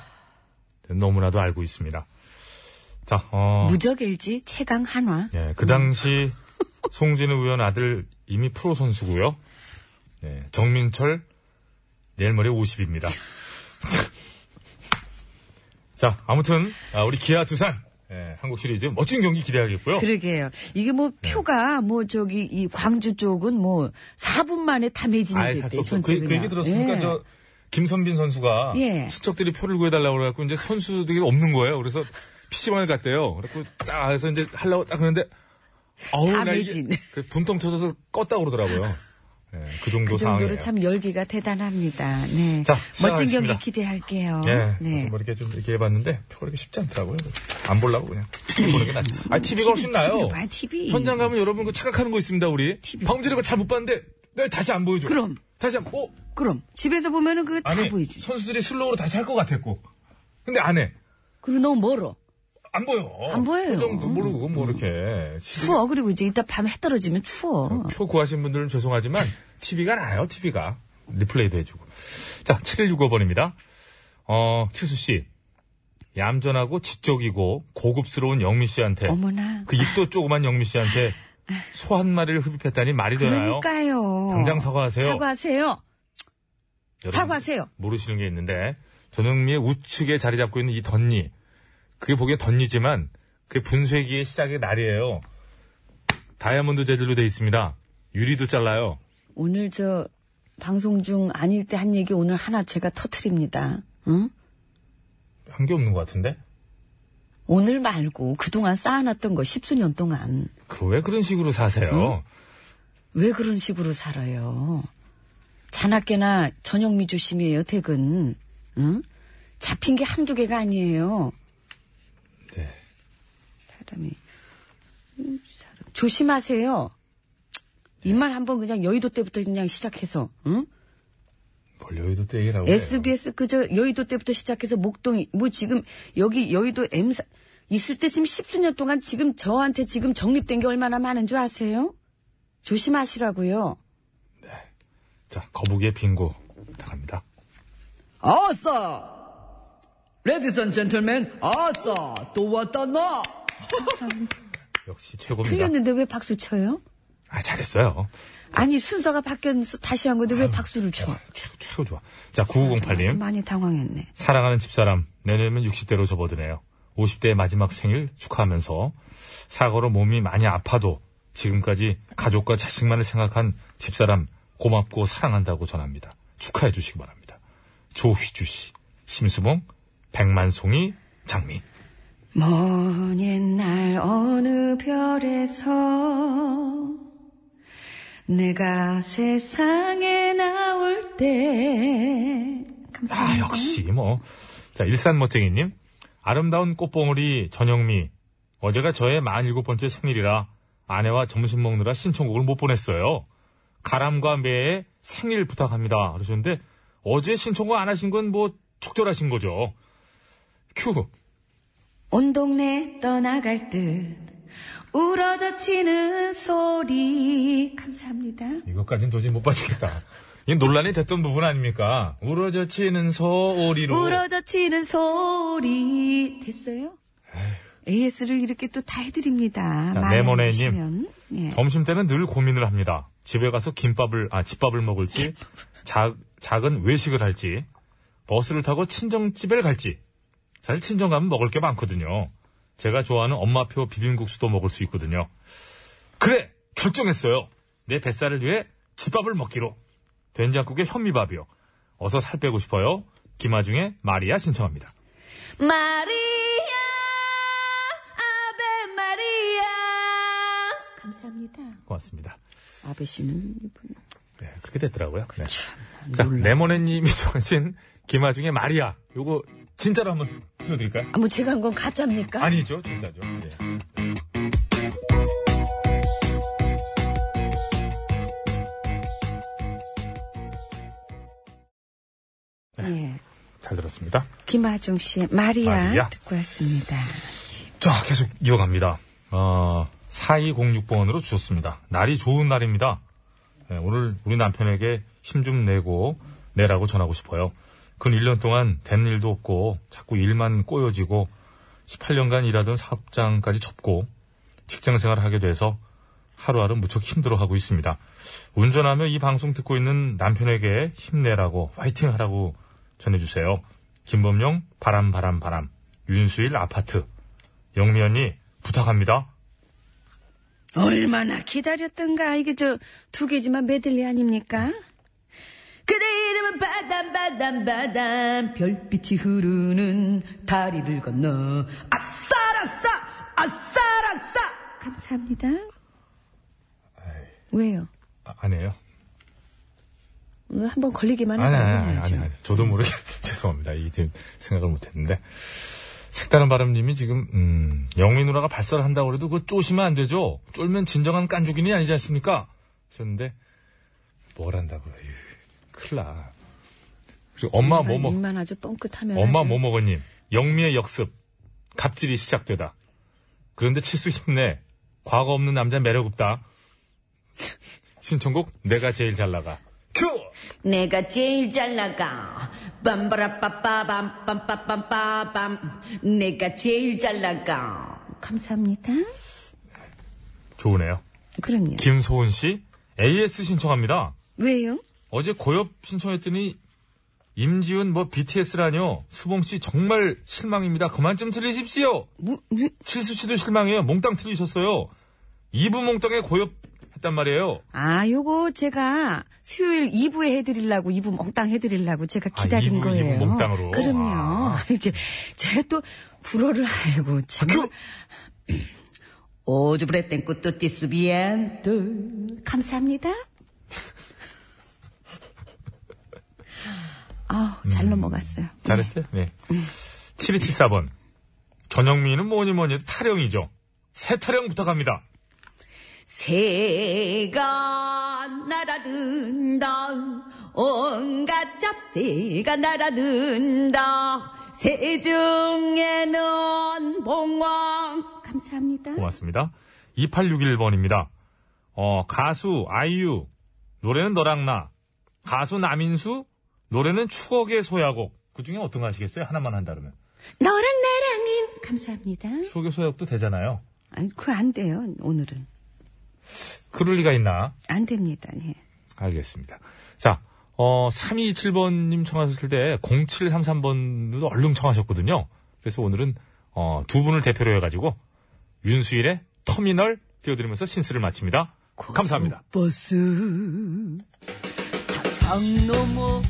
너무나도 알고 있습니다. 자, 어,
무적일지, 최강 한화.
예, 그 당시 송진우 의원 아들 이미 프로 선수고요. 예, 정민철 내일 모레 50입니다. 자, 아무튼 아, 우리 기아 두산 예, 한국 시리즈 멋진 경기
그렇죠.
기대하겠고요.
그러게요. 이게 뭐
예.
표가 뭐 저기 이 광주 쪽은 뭐 4분 만에 다
아예
네,
매진이
살
됐대.
수 없죠. 그, 그 얘기 들었으니까
예.
저 김선빈 선수가
예.
친척들이 표를 구해달라고 그래갖고 이제 선수들이 없는 거예요. 그래서 PC방을 갔대요. 그래서 딱 해서 이제 하려고 딱 하는데 아우 나
사매진.
이게 그 분통 쳐져서 껐다 그러더라고요. 예, 그 정도 상황이에요.
그 정도로 참 열기가 대단합니다. 네.
자,
멋진
시작하겠습니다.
경기 기대할게요.
예,
네.
뭐 이렇게 좀 이렇게 해봤는데 표가 이렇게 쉽지 않더라고요. 안 보려고 그냥 보는 게 낫. 아 TV가 훨씬 나요.
TV로 음, 봐요, TV.
현장 가면 여러분 그 착각하는 거 있습니다 우리. 방금 전에 거 잘 못 봤는데 네, 다시 안 보여줘.
그럼.
다시 한 어?
그럼 집에서 보면은 그거 다
아니
보여주죠.
선수들이 슬로우로 다시 할 것 같았고 근데 안 해.
그리고 너무 멀어.
안 보여.
안 보여요.
표정도 모르고 뭐 이렇게. 지금
추워. 그리고 이제 이따 밤 해 떨어지면 추워.
표 구하신 분들은 죄송하지만 TV가 나요. TV가 리플레이도 해주고. 자 7165번입니다. 어 칠수 씨 얌전하고 지적이고 고급스러운 영미 씨한테
어머나.
그 입도 조그만 영미 씨한테 소 한 마리를 흡입했다니 말이 되나요?
그러니까요.
당장 사과하세요.
사과하세요.
여러분,
사과하세요.
모르시는 게 있는데 전영미의 우측에 자리 잡고 있는 이 덧니 그게 보기엔 덧니지만 그게 분쇄기의 시작의 날이에요. 다이아몬드 재질로 돼 있습니다. 유리도 잘라요.
오늘 저 방송 중 아닐 때 한 얘기 오늘 하나 제가 터트립니다. 응?
한 게 없는 것 같은데?
오늘 말고 그동안 쌓아놨던 거 십수년 동안
그 왜 그런 식으로 사세요?
왜 그런 식으로 살아요? 자나깨나 전영미 조심이에요, 퇴근. 응? 잡힌 게 한두 개가 아니에요.
네.
사람이. 음, 사람. 조심하세요. 입만 한번 그냥 여의도 때부터 그냥 시작해서, 응?
벌 여의도 때
네.
얘기라고.
SBS 그저 여의도 때부터 시작해서 목동이 뭐 지금 여기 여의도 M 사 있을 때 지금 십수년 동안 지금 저한테 지금 정립된 게 얼마나 많은 줄 아세요? 조심하시라고요.
자, 거북이의 빙고 부탁합니다.
아싸! 레디스 앤 젠틀맨, 아싸! 또 왔다, 나!
역시 최고입니다.
틀렸는데 왜 박수 쳐요?
아, 잘했어요.
아니 순서가 바뀌어서 다시 한 건데 왜 박수를 쳐?
최고, 최고 좋아. 자, 9908님.
많이 당황했네.
사랑하는 집사람, 내년이면 60대로 접어드네요. 50대의 마지막 생일 축하하면서 사고로 몸이 많이 아파도 지금까지 가족과 자식만을 생각한 집사람 고맙고 사랑한다고 전합니다. 축하해 주시기 바랍니다. 조휘주 씨, 심수봉, 백만송이, 장미.
먼 옛날 어느 별에서 내가 세상에 나올 때
아, 역시 뭐. 자, 일산 멋쟁이님. 아름다운 꽃봉오리 전영미. 어제가 저의 47번째 생일이라 아내와 점심 먹느라 신청곡을 못 보냈어요. 가람과 매의 생일 부탁합니다. 그러셨는데 어제 신청곡 안 하신 건 뭐 적절하신 거죠. 큐.
온 동네 떠나갈 듯 울어젖히는 소리 감사합니다.
이것까진 도저히 못 봐주겠다. 이 논란이 됐던 부분 아닙니까? 우러젖히는 소리로.
울어젖히는 소리 됐어요? AS를 이렇게 또 다 해드립니다.
자,
많이
네모네님.
해주시면. 예.
점심 때는 늘 고민을 합니다. 집에 가서 김밥을 아 집밥을 먹을지 자- 작은 외식을 할지 버스를 타고 친정집에 갈지 사실 친정 가면 먹을 게 많거든요. 제가 좋아하는 엄마표 비빔국수도 먹을 수 있거든요. 그래 결정했어요. 내 뱃살을 위해 집밥을 먹기로 된장국에 현미밥이요. 어서 살 빼고 싶어요. 김아중의 마리아 신청합니다.
마리아 아베 마리아 감사합니다.
고맙습니다.
아베 씨는 이분
네, 그렇게 됐더라고요. 네. 자, 네모네님이 정신 김아중의 마리아. 요거 진짜로 한번 틀어드릴까요?
아, 뭐 제가 한 건 가짜입니까?
아니죠, 진짜죠. 예.
예.
잘 들었습니다.
김아중 씨의 마리아,
마리아.
듣고 왔습니다.
자, 계속 이어갑니다. 어, 4206번으로 주셨습니다. 날이 좋은 날입니다. 예, 오늘 우리 남편에게 힘 좀 내고 내라고 전하고 싶어요. 근 1년 동안 된 일도 없고 자꾸 일만 꼬여지고 18년간 일하던 사업장까지 접고 직장 생활을 하게 돼서 하루하루 무척 힘들어하고 있습니다. 운전하며 이 방송 듣고 있는 남편에게 힘내라고 화이팅 하라고 전해주세요. 김범용 바람 바람 바람 윤수일 아파트 영미 언니 부탁합니다.
얼마나 기다렸던가. 이게 저 두 개지만 메들리 아닙니까? 그대 이름은 바담 바담 바담 별빛이 흐르는 다리를 건너 아싸라싸 아싸라싸 감사합니다. 왜요?
아, 아니에요.
오늘 한번 걸리기만
아니,
해도
아니, 아니,
해야죠.
아니, 아니. 저도 모르게, 죄송합니다. 이게 지금 생각을 못했는데. 색다른 바람님이 지금, 음, 영미 누나가 발사를 한다고 해도 그거 쪼시면 안 되죠? 쫄면 진정한 깐죽이니 아니지 않습니까? 하셨는데, 뭘 한다고요. 에휴, 큰일 나. 그리고 엄마 뭐 먹,
입만 아주 뻥끗하면
엄마
아주
뭐 먹었님. 영미의 역습. 갑질이 시작되다. 그런데 칠수 힘내. 과거 없는 남자 매력 없다. 신청곡, 내가 제일 잘 나가.
내가 제일 잘 나가. 빰바라빠빠밤 빰빠빰빠밤. 내가 제일 잘 나가.
감사합니다.
좋으네요.
그럼요.
김소은 씨, AS 신청합니다.
왜요?
어제 고엽 신청했더니 임지훈 뭐 BTS라뇨. 수봉 씨 정말 실망입니다. 그만 좀 틀리십시오.
뭐, 뭐,
칠수 씨도 실망해요. 몽땅 틀리셨어요. 이부 몽땅에 고엽 했단 말이에요.
아, 요거 제가 수요일 2부에 해드리려고, 2부 몽땅 해드리려고 제가
아,
기다린
이부,
거예요.
이부 몽땅으로?
그럼요.
아.
이제 제가 또 불어를 알고, 제가. 오주브레 땡꾸또 띠수비엔들. 감사합니다. 아우,
음.
잘 넘어갔어요.
잘했어요. 네. 7274번. 전영미는 뭐니 뭐니 해도 타령이죠. 새 타령 부탁합니다.
새가 날아든다 온갖 잡새가 날아든다 새 중에는 봉황 감사합니다
고맙습니다. 2861번입니다. 어, 가수, 아이유. 노래는 너랑 나. 가수 남인수. 노래는 추억의 소야곡. 그 중에 어떤 거 하시겠어요? 하나만 한다 그러면.
너랑 나랑은 감사합니다
추억의 소야곡도 되잖아요.
아니 그거 안 돼요 오늘은
그럴 리가 있나?
안 됩니다 예.
알겠습니다. 자, 어, 327번님 청하셨을 때 0733번도 얼른 청하셨거든요. 그래서 오늘은, 어, 두 분을 대표로 해가지고 윤수일의 터미널 띄워드리면서 신스를 마칩니다. 감사합니다.
버스 차창 넘어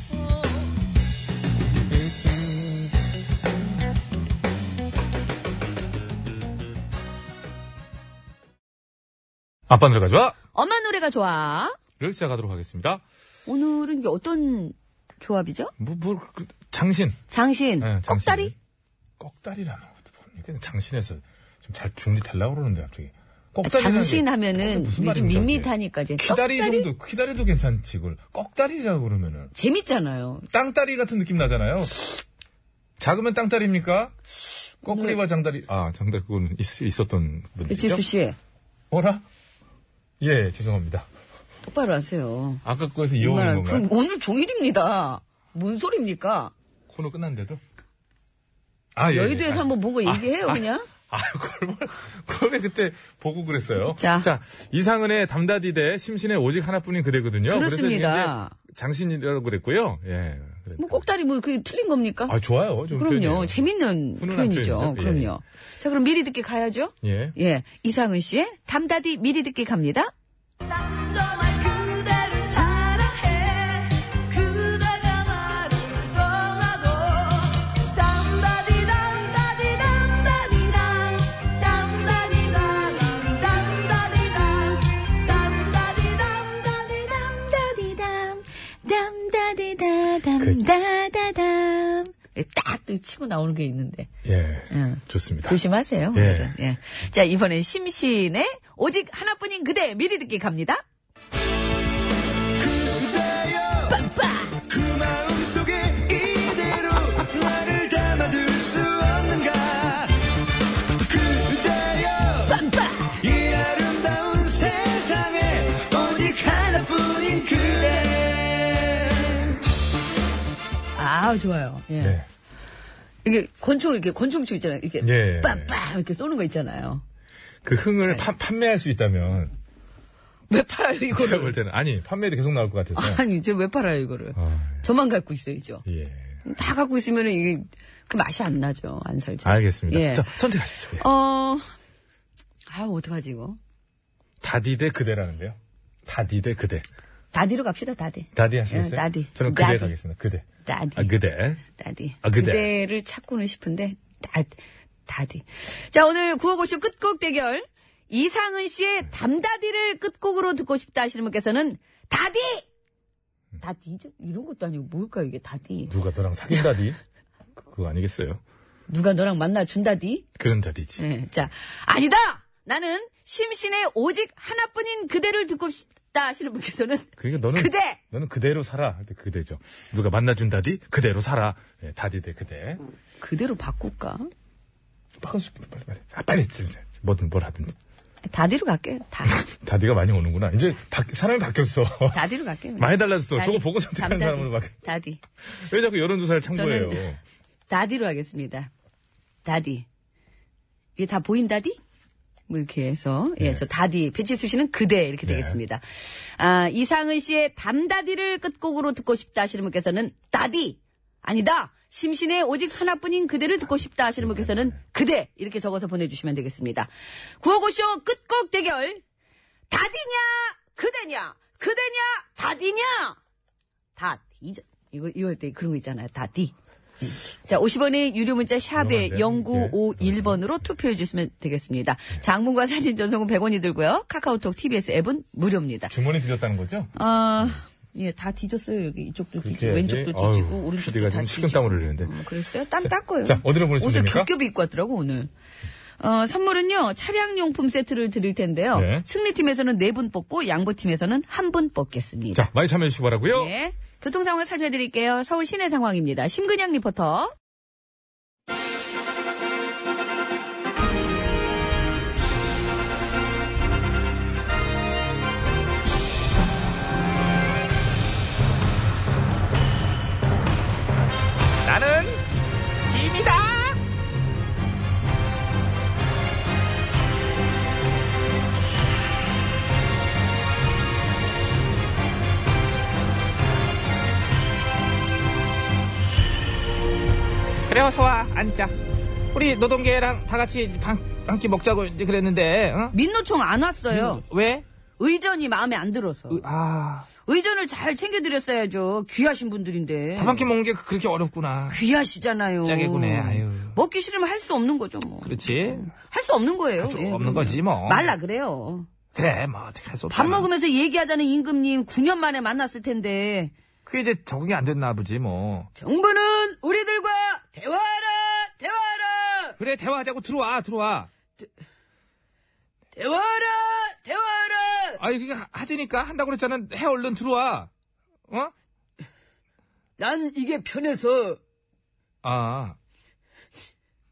아빠 노래 가져와!
엄마 노래가 좋아
를 시작하도록 하겠습니다.
오늘은 이게 어떤 조합이죠?
뭐, 뭐, 그, 장신.
장신,
예, 장신.
꺽다리?
꺽다리라는 것도 뭡니까? 장신에서 좀 잘 중립하려고 그러는데, 갑자기.
아,
꺽다리라는
장신
게
하면은
무슨
요즘
말입니까, 이게?
밋밋하니까 이제
키다리
꺽다리?
정도, 키다리도 괜찮지, 그걸. 꺽다리라고 그러면은.
재밌잖아요.
땅다리 같은 느낌 나잖아요. 작으면 땅다리입니까? 꺽다리와 장다리. 아, 장다리, 그거는 있, 있었던 분이죠.
배칠수 씨,
뭐라? 예, 죄송합니다.
똑바로 하세요.
아까 거에서
정말,
이어온
그럼
건가요?
오늘 종일입니다. 뭔 소리입니까?
코너 끝난데도? 아, 예.
여의도에서
아,
한번 뭔가 얘기해요, 그냥.
아, 그걸, 뭘- 그걸 왜 그때 보고 그랬어요?
자.
이상은의 담다디 대 심신의 오직 하나뿐인 그대거든요.
그렇습니다.
그래서 이제 장신이라고 그랬고요. 예. 그랬다.
뭐 꼭다리 뭐 그게 틀린 겁니까?
아, 좋아요. 좀
그럼요.
표현이에요.
재밌는
훈훈한
표현이죠.
표현이죠. 예.
그럼요. 자, 그럼 미리 듣기 가야죠.
예.
예. 이상은 씨의 담다디 미리 듣기 갑니다.
정말 그대를 사랑해 그대가 나를 떠나도 담다디 담다디 담다디담 담다디담 담다디담 담다디 담다디 담다디담 담다디다 담다다담
딱 또 치고 나오는 게 있는데.
예.
응.
좋습니다.
조심하세요.
예.
오늘은. 예. 자, 이번엔 심신의 오직 하나뿐인 그대 미리 듣기 갑니다.
그대여
빠!
그 마음속에 이대로 나를 담아둘 수 없는가 그대여
빰빠!
이 아름다운 세상에 오직 하나뿐인 그대
아, 좋아요. 예.
예.
이게 권총, 이렇게 권총추 있잖아요. 이렇게
예.
빰빰 이렇게 쏘는 거 있잖아요.
그 흥을
네.
파- 판매할 수 있다면
왜 팔아요,
제가 볼
이거를?
때는 아니 판매도 계속 나올 것 같아서
아니, 이제 왜 팔아요, 이거를?
아,
저만 갖고 있어야죠.
예.
다 갖고 있으면 이게 그 맛이 안 나죠. 안 살죠.
알겠습니다.
예.
자, 선택하십시오. 예.
어, 아유, 어떡하지, 이거?
다디 대 그대라는데요. 다디 대 그대.
다디로 갑시다, 다디.
다디 하시겠어요?
예, 다디.
저는 그대
다디.
가겠습니다. 그대.
다디.
아, 그대.
다디.
아, 그대.
를 찾고는 싶은데, 다, 다디. 자, 오늘 구호고쇼 끝곡 대결. 이상은 씨의 담다디를 끝곡으로 듣고 싶다 하시는 분께서는, 다디! 다디? 좀 이런 것도 아니고, 뭘까, 이게 다디.
누가 너랑 사귄다디? 그거 아니겠어요?
누가 너랑 만나준다디?
그런 다디지.
예, 자, 아니다! 나는 심신의 오직 하나뿐인 그대를 듣고 싶다 하시는 분께서는,
그러니까 너는
그대!
너는 그대로 살아. 할 때 그대죠. 누가 만나준다디? 그대로 살아. 예, 다디 대 그대.
그대로 바꿀까?
박은수 씨부터 빨리 빨리. 아, 빨리 지금 뭐든 뭘 하든지.
다디로 갈게요. 다,
다디가 많이 오는구나. 이제 바- 사람이 바뀌었어.
다디로 갈게요. 그냥.
많이 달라졌어.
다디.
저거 보고 선택하는
담다디.
사람으로 막.
다디.
왜 자꾸 여론조사를 참고해요?
저는 다디로 하겠습니다. 다디. 이게 다 보인다디? 뭐 이렇게 해서 예, 저 다디 배치수 씨는 그대 이렇게
네.
되겠습니다. 아, 이상은 씨의 담다디를 끝곡으로 듣고 싶다 하시는 분께서는 다디 아니다. 심신의 오직 하나뿐인 그대를 듣고 싶다 하시는 분께서는 그대 이렇게 적어서 보내주시면 되겠습니다. 구호고쇼 끝곡 대결 다디냐 그대냐 그대냐 다디냐 다 잊어. 이거 이럴 때 그런 거 있잖아요. 다 D. 자, 50원의 유료 문자 샵에
네. 예.
0951번으로 투표해 주시면 되겠습니다. 장문과 사진 전송은 100원이 들고요. 카카오톡 TBS 앱은 무료입니다.
주머니 뒤졌다는 거죠?
아, 예, 다 뒤졌어요. 여기 이쪽도 뒤지고
그렇게 해야지.
왼쪽도
아유,
뒤지고 오른쪽도
PD가
다
지금
뒤지고.
식은땀을 흘리는데.
음, 그랬어요? 땀 닦고요.
자, 어디로 보내시면
옷을
됩니까?
겹겹이 입고 왔더라고 오늘. 어, 선물은요, 차량용품 세트를 드릴 텐데요.
네.
승리팀에서는 4분 뽑고, 양보팀에서는 1분 뽑겠습니다.
자, 많이 참여해주시기 바라고요
어?
네. 교통 상황 살펴드릴게요. 서울 시내 상황입니다. 심근양 리포터.
나는 짐이다. 그래 어서 와 앉자. 우리 노동계랑 다 같이 한 끼 먹자고 이제 그랬는데 어?
민노총 안 왔어요.
왜?
의전이 마음에 안 들어서.
아,
의전을 잘 챙겨드렸어야죠. 귀하신 분들인데.
밥 한 끼 먹는 게 그렇게 어렵구나.
귀하시잖아요.
짝이구네, 아유.
먹기 싫으면 할 수 없는 거죠, 뭐.
그렇지.
할 수 없는 거예요.
할수
예,
없는
그럼요.
거지, 뭐.
말라 그래요.
그래, 뭐, 어떻게 할수
밥 먹으면서 얘기하자는 임금님 9년 만에 만났을 텐데.
그게 이제 적응이 안 됐나 보지, 뭐.
정부는 우리들과 대화하라! 대화하라!
그래, 대화하자고 들어와, 들어와.
대화하라! 대화하라!
아니, 그니까, 하지니까 한다고 그랬잖아. 해, 얼른 들어와. 어?
난 이게 편해서
아,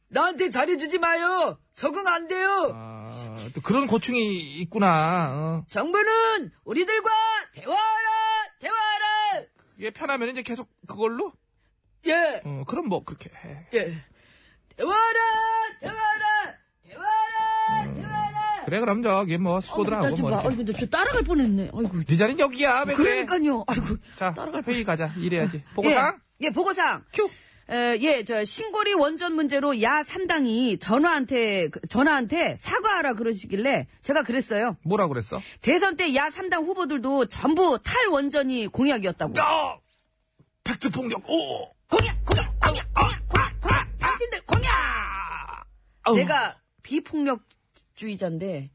나한테 잘해주지 마요. 적응 안 돼요.
어,
아, 또 그런 고충이 있구나. 어.
정부는 우리들과 대화하라, 대화하라.
그게 편하면 이제 계속 그걸로?
예,
어, 그럼 뭐, 그렇게 해.
예. 대화하라, 대화하라, 대화하라, 대화하라.
그래, 그럼 저기 뭐, 수고들
어머,
하고
나좀
뭐.
봐.
이렇게.
아이고, 나저 따라갈 뻔했네. 아이고.
네 자리는 여기야, 왜 그래?
그러니까요. 아이고.
자,
따라갈 뻔.
회의 가자. 일해야지. 보고상?
예, 예, 보고상.
큐.
에, 예, 저 신고리 원전 문제로 야 3당이 전화한테 그, 전화한테 사과하라 그러시길래 제가 그랬어요.
뭐라 그랬어?
대선 때 야 3당 후보들도 전부 탈원전이 공약이었다고.
어! 팩트 폭력, 오!
공약, 공약, 공약, 공약, 공약, 공약. 당신들 공약.
아우. 음.
제가 비폭력주의자인데.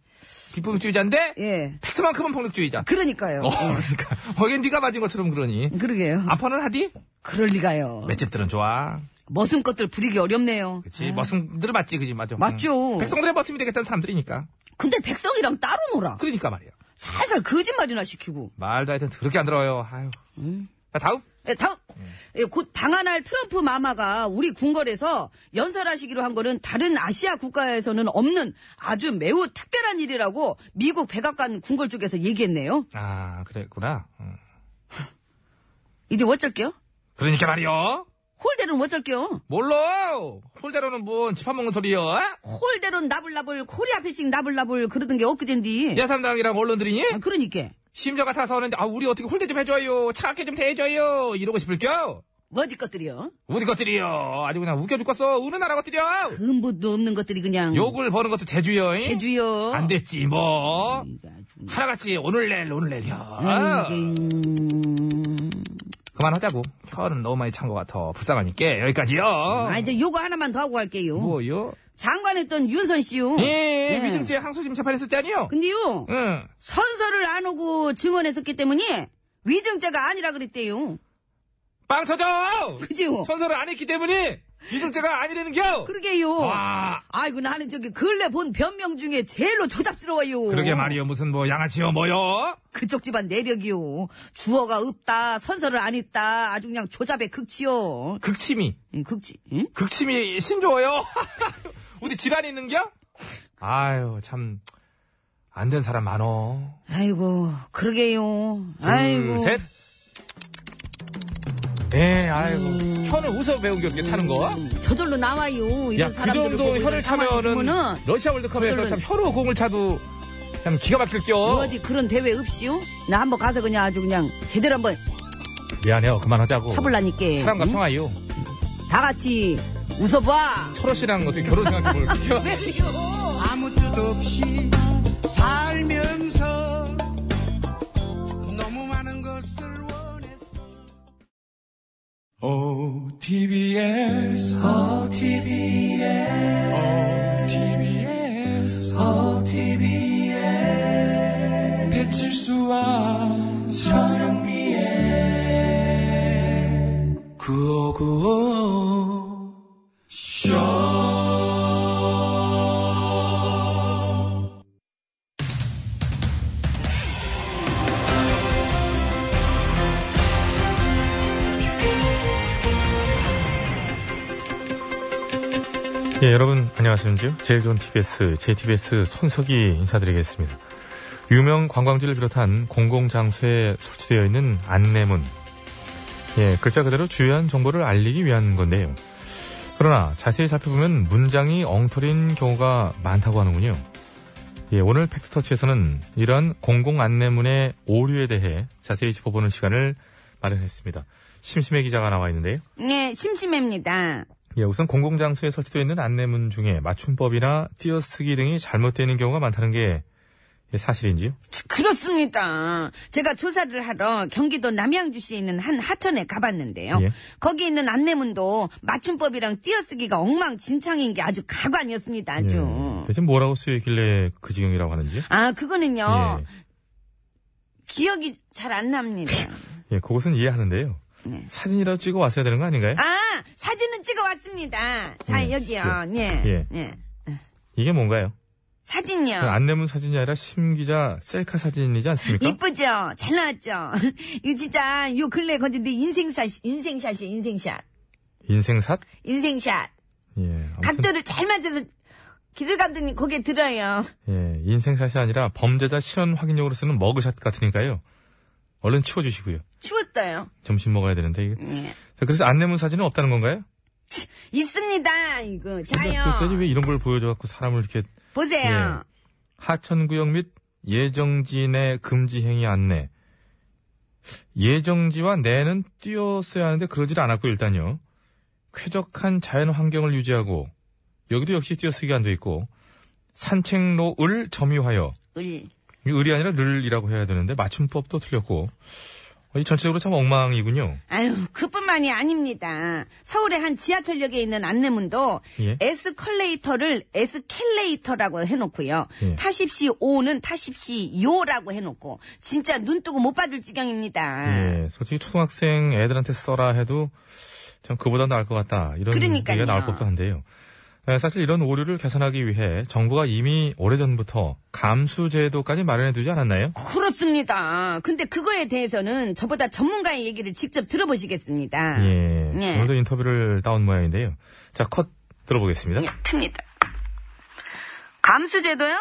비폭력주의자인데?
예.
팩트만큼은 폭력주의자.
그러니까요. 예.
어, 그러니까. 거긴 네가 맞은 것처럼 그러니.
그러게요.
아파는 하디?
그럴 리가요.
맷집들은 좋아.
머슴 것들 부리기 어렵네요. 예.
그치. 머슴들 맞지, 그지? 아. 맞죠?
맞죠.
응. 백성들의 머슴이 되겠다는 사람들이니까.
근데 백성이랑 따로 놀아.
그러니까 말이야.
살살 거짓말이나 시키고.
말도 하여튼 그렇게 안 들어요. 아유. 자, 다음.
예, 다음. 예, 곧 방한할 트럼프 마마가 우리 궁궐에서 연설하시기로 한 거는 다른 아시아 국가에서는 없는 아주 매우 특별한 일이라고 미국 백악관 궁궐 쪽에서 얘기했네요.
아, 그랬구나. 응.
이제 뭐 어쩔게요?
그러니까 말이요.
홀대로는 뭐 어쩔게요?
뭘로? 홀대로는 뭔 집합 먹는 소리여?
홀대로는 나불나불, 코리아 패싱 나불나불 그러던 게 엊그젠디.
예. 야삼당이랑 언론들이니?
아, 그러니까.
심지어 같아서 하는데, 아, 우리 어떻게 홀대 좀 해줘요. 차갑게 좀 대줘요. 이러고 싶을겨?
뭐지 것들이요?
우리 것들이요. 아주 그냥 웃겨 죽겠어. 우는 나라 것들이요.
근본도 없는 것들이 그냥.
욕을 버는 것도 제주요. 잉?
해주요.
안 됐지 뭐.
이거 아주.
하나같이 오늘 내일 오늘 내일이야.
아유, 음. 이게, 음.
그만하자고. 혀는 너무 많이 찬 것 같아. 불쌍하니까 여기까지요.
아, 이제 요거 하나만 더 하고 갈게요.
뭐요?
장관했던 윤선 씨요.
예,
예.
위증죄 항소심
그
재판했었잖아요.
근데요,
응.
선서를 안 오고 증언했었기 때문에 위증자가 아니라 그랬대요.
빵 터져!
그지요?
선서를 안 했기 때문에 위증죄가 아니라는 겨!
그러게요.
와.
아이고, 나는 저기 근래 본 변명 중에 제일로 조잡스러워요.
그러게 말이요. 무슨 뭐 양아치요 뭐요?
그쪽 집안 내력이요. 주어가 없다, 선서를 안 했다, 아주 그냥 조잡의 극치요.
극침이.
음, 극치, 응?
극침이 신조어요. 우리 질환이 있는겨? 아유, 참. 안 된 사람 많어.
아이고, 그러게요.
둘,
아이고.
셋. 예, 아이고. 혀는 웃어 배운 게 없게 타는 거.
저절로 나와요.
야,
음. 이런
그
사람들을 보고
정도
이런
혀를
상황을
차면은
보면은
러시아 월드컵에서
저절로-
참 혀로 공을 차도 참 기가 막힐 겨.
어디 그런 대회 없이요? 나 한번 가서 그냥 아주 그냥 제대로 한번
미안해요. 그만하자고.
쳐볼라니까.
사랑과
응?
평화요.
다 같이 웃어봐.
철호 씨랑 어떻게 결혼 생각해 볼게요.
아무 뜻 없이 살면서 너무 많은 것을 원했어 OTBS OTBS OTBS OTBS 배칠수와 전영미의 9595
예, 여러분 안녕하십니까? 제일 좋은 TBS, JTBS 손석희 인사드리겠습니다. 유명 관광지를 비롯한 공공장소에 설치되어 있는 안내문. 예, 글자 그대로 주요한 정보를 알리기 위한 건데요. 그러나 자세히 살펴보면 문장이 엉터리인 경우가 많다고 하는군요. 예, 오늘 팩스터치에서는 이러한 공공 안내문의 오류에 대해 자세히 짚어보는 시간을 마련했습니다. 심심해 기자가 나와 있는데요.
네, 심심합니다.
예, 우선 공공장소에 설치되어 있는 안내문 중에 맞춤법이나 띄어쓰기 등이 잘못되는 경우가 많다는 게 예, 사실인지요?
그렇습니다. 제가 조사를 하러 경기도 남양주시에 있는 한 하천에 가봤는데요.
예.
거기 있는 안내문도 맞춤법이랑 띄어쓰기가 엉망진창인 게 아주 가관이었습니다. 아주.
예. 대체 뭐라고 쓰여있길래 그 지경이라고 하는지?
아, 그거는요.
예.
기억이 잘 안 납니다.
예, 그것은 이해하는데요.
네.
사진이라도 찍어 왔어야 되는 거 아닌가요?
아, 사진은 찍어 왔습니다. 자,
예,
여기요. 예.
예.
예.
이게 뭔가요? 그
사진요.
안내문 사진이 아니라 심기자 셀카 사진이지 뭐- 않습니까?
이쁘죠? 잘 나왔죠? 이거 진짜 요 근래 건데 인생샷, 인생샷이 인생샷.
인생샷?
인생샷.
예, 아무튼,
각도를 잘 맞춰서 기술 감독님 고개 들어요.
예, 인생샷이 아니라 범죄자 시연 확인용으로 쓰는 머그샷 같으니까요. 얼른 치워주시고요.
추웠어요.
점심 먹어야 되는데. 이게.
예.
자, 그래서 안내문 사진은 없다는 건가요?
있습니다. 이거
글쎄요, 네, 왜
자요.
이런 걸 보여줘갖고 사람을 이렇게
보세요.
하천구역 및 예정지내 금지행위 안내. 예정지와 내는 띄었어야 하는데 그러질 않았고 일단요. 쾌적한 자연 환경을 유지하고 여기도 역시 띄어쓰기 안 돼 있고 산책로을 점유하여
을.
이 을이 아니라 를이라고 해야 되는데 맞춤법도 틀렸고 어, 이 전체적으로 참 엉망이군요.
아유, 그뿐만이 아닙니다. 서울의 한 지하철역에 있는 안내문도
예.
에스컬레이터를 에스켈레이터라고 해놓고요.
예.
타십시 오는 타십시 요라고 해놓고 진짜 눈 뜨고 못 받을 지경입니다.
예, 솔직히 초등학생 애들한테 써라 해도 참 그보다 나을 것 같다. 이런
그러니까요.
얘기가 나올 법도 한데요. 에, 사실 이런 오류를 개선하기 위해 정부가 이미 오래전부터 감수제도까지 마련해두지 않았나요?
그렇습니다. 근데 그거에 대해서는 저보다 전문가의 얘기를 직접 들어보시겠습니다.
예.
예.
오늘도 인터뷰를 따온 모양인데요.
예.
자, 컷 들어보겠습니다.
큽니다. 감수제도요?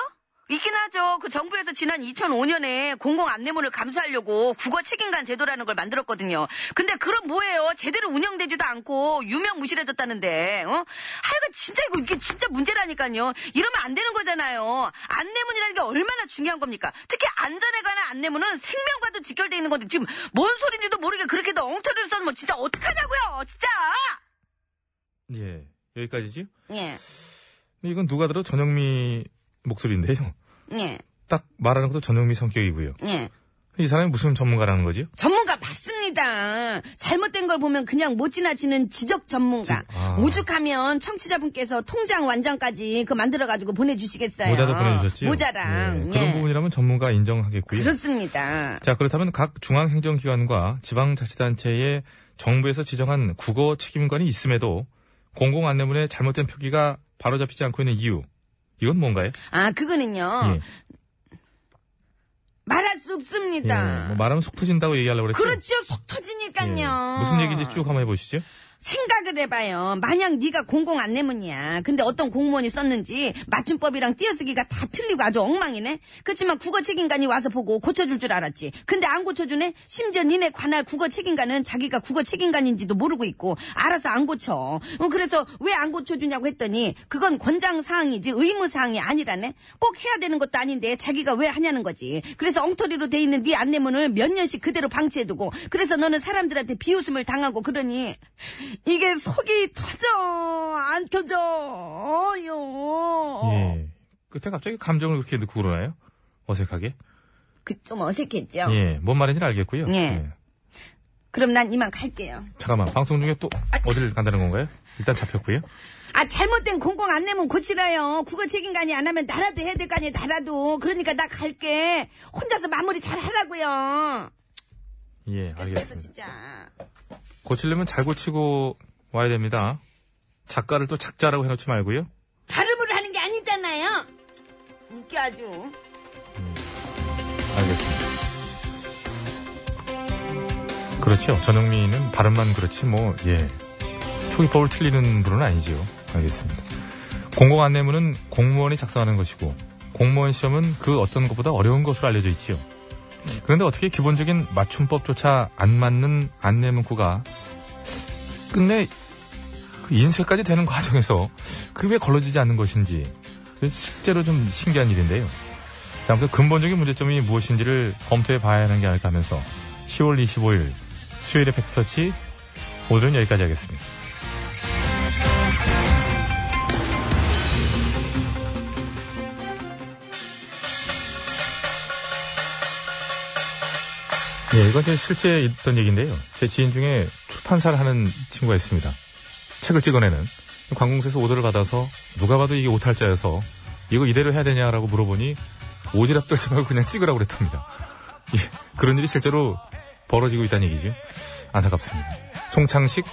있긴 하죠. 그 정부에서 지난 2005년에 공공 안내문을 감수하려고 국어 책임관 제도라는 걸 만들었거든요. 근데 그럼 뭐예요? 제대로 운영되지도 않고 유명 무실해졌다는데, 어? 하여간 진짜 이거 이게 진짜 문제라니까요. 이러면 안 되는 거잖아요. 안내문이라는 게 얼마나 중요한 겁니까? 특히 안전에 관한 안내문은 생명과도 직결돼 있는 건데 지금 뭔 소린지도 모르게 그렇게 도 엉터리를 써면 뭐 진짜 어떡하냐고요, 진짜!
예, 여기까지지?
예,
이건 누가 들어 전영미 목소리인데요.
예,
딱 말하는 것도 전영미 성격이고요.
예.
이 사람이 무슨 전문가라는 거지?
전문가 맞습니다. 잘못된 걸 보면 그냥 못 지나치는 지적 전문가.
아.
오죽하면 청취자분께서 통장 완장까지 그 만들어가지고 보내주시겠어요.
모자도 보내주셨지?
모자랑.
예, 그런
예.
부분이라면 전문가 인정하겠고요.
그렇습니다.
자, 그렇다면 각 중앙행정기관과 지방자치단체의 정부에서 지정한 국어 책임관이 있음에도 공공 안내문의 잘못된 표기가 바로잡히지 않고 있는 이유. 이건 뭔가요?
아, 그거는요.
예.
말할 수 없습니다.
예, 뭐 말하면 속 터진다고 얘기하려고 그랬죠.
그렇지요. 속 터지니까요.
예. 무슨 얘기인지 쭉 한번 해보시죠.
생각을 해봐요. 만약 네가 공공 안내문이야. 근데 어떤 공무원이 썼는지 맞춤법이랑 띄어쓰기가 다 틀리고 아주 엉망이네. 그렇지만 국어 책임관이 와서 보고 고쳐줄 줄 알았지. 근데 안 고쳐주네. 심지어 니네 관할 국어 책임관은 자기가 국어 책임관인지도 모르고 있고 알아서 안 고쳐. 어, 그래서 왜 안 고쳐주냐고 했더니 그건 권장 사항이지 의무 사항이 아니라네. 꼭 해야 되는 것도 아닌데 자기가 왜 하냐는 거지. 그래서 엉터리로 돼 있는 네 안내문을 몇 년씩 그대로 방치해두고 그래서 너는 사람들한테 비웃음을 당하고 그러니 이게 속이 터져 안 터져요.
예. 그때 갑자기 감정을 그렇게 넣고 그러나요? 어색하게?
그 좀 어색했죠.
예, 뭔 말인지는 알겠고요.
예. 그럼 난 이만 갈게요.
잠깐만, 방송 중에 또 어딜 간다는 건가요? 일단 잡혔고요.
아 잘못된 공공 안내문 고치라요. 국어 책임관이 안 하면 나라도 해야 될 거 아니에요. 나라도. 그러니까 나 갈게. 혼자서 마무리 잘 하라고요.
예,
그래서
알겠습니다.
진짜
고치려면 잘 고치고 와야 됩니다. 작가를 또 작자라고 해놓지 말고요.
발음을 하는 게 아니잖아요. 웃겨 아주.
알겠습니다. 그렇죠. 전영미는 발음만 그렇지 뭐 예. 표기법을 틀리는 분은 아니지요. 알겠습니다. 공공 안내문은 공무원이 작성하는 것이고 공무원 시험은 그 어떤 것보다 어려운 것으로 알려져 있지요. 그런데 어떻게 기본적인 맞춤법조차 안 맞는 안내문구가 끝내 그 인쇄까지 되는 과정에서 그게 왜 걸러지지 않는 것인지 그 실제로 좀 신기한 일인데요. 자, 아무튼 근본적인 문제점이 무엇인지를 검토해 봐야 하는 게 아닐까 하면서 10월 25일 수요일의 팩스터치 오늘은 여기까지 하겠습니다. 예, 이건 제 실제 있던 얘기인데요. 제 지인 중에 출판사를 하는 친구가 있습니다. 책을 찍어내는 관공서에서 오더를 받아서 누가 봐도 이게 오탈자여서 이거 이대로 해야 되냐라고 물어보니 오지랖 떨지 말고 그냥 찍으라고 그랬답니다. 예, 그런 일이 실제로 벌어지고 있다는 얘기죠. 안타깝습니다. 송창식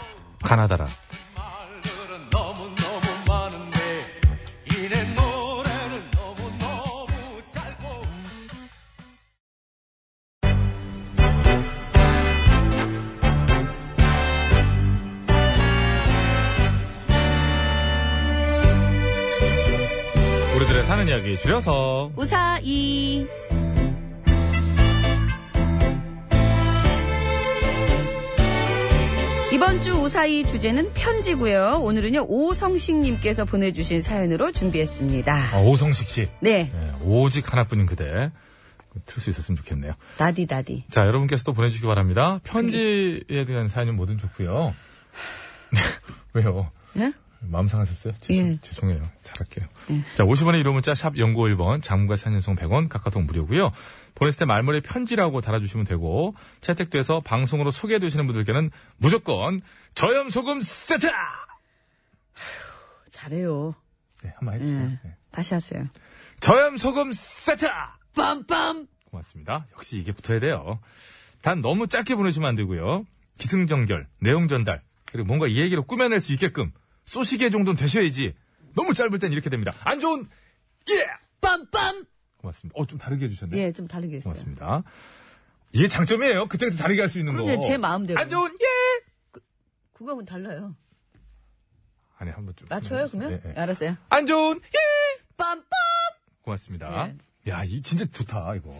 가나다라.
말들은 너무너무 많은데 이내 노래는 너무너무 짧고
우리들의 사는 이야기 줄여서
우사이. 이번 주 우사이 주제는 편지고요. 오늘은요 오성식님께서 보내주신 사연으로 준비했습니다.
아, 오성식 씨.
네,
예, 오직 하나뿐인 그대. 틀 수 있었으면 좋겠네요.
나디 나디.
자, 여러분께서도 보내주시기 바랍니다. 편지에 대한 사연은 뭐든 좋고요. 왜요?
네?
마음 상하셨어요? 죄송,
예.
죄송해요. 잘할게요. 자, 50원의 1호 문자 샵 0951번 장문과 산연송 100원 각각동 무료고요. 보냈을 때 말머리에 편지라고 달아주시면 되고 채택돼서 방송으로 소개해 주시는 분들께는 무조건 저염소금 세트!
잘해요.
네, 한번 해주세요.
음.
네.
다시 하세요.
저염소금 세트!
빰빰.
고맙습니다. 역시 이게 붙어야 돼요. 단 너무 짧게 보내시면 안 되고요. 기승전결, 내용 전달, 그리고 뭔가 이 얘기로 꾸며낼 수 있게끔 소시계 정도는 되셔야지. 너무 짧을 땐 이렇게 됩니다. 안 좋은 예!
빰빰.
고맙습니다. 어, 좀 다르게 해주셨네요.
예, 좀 다르게 했어요.
고맙습니다. 이게 장점이에요. 그때그때 다르게 할 수 있는
그럼요,
거.
제 마음대로.
안 좋은 예!
그거하고 달라요.
아니, 한번 좀.
맞춰요
예,
그러면?
예.
알았어요.
안 좋은 예!
빰빰.
고맙습니다.
예.
야, 이 진짜 좋다, 이거.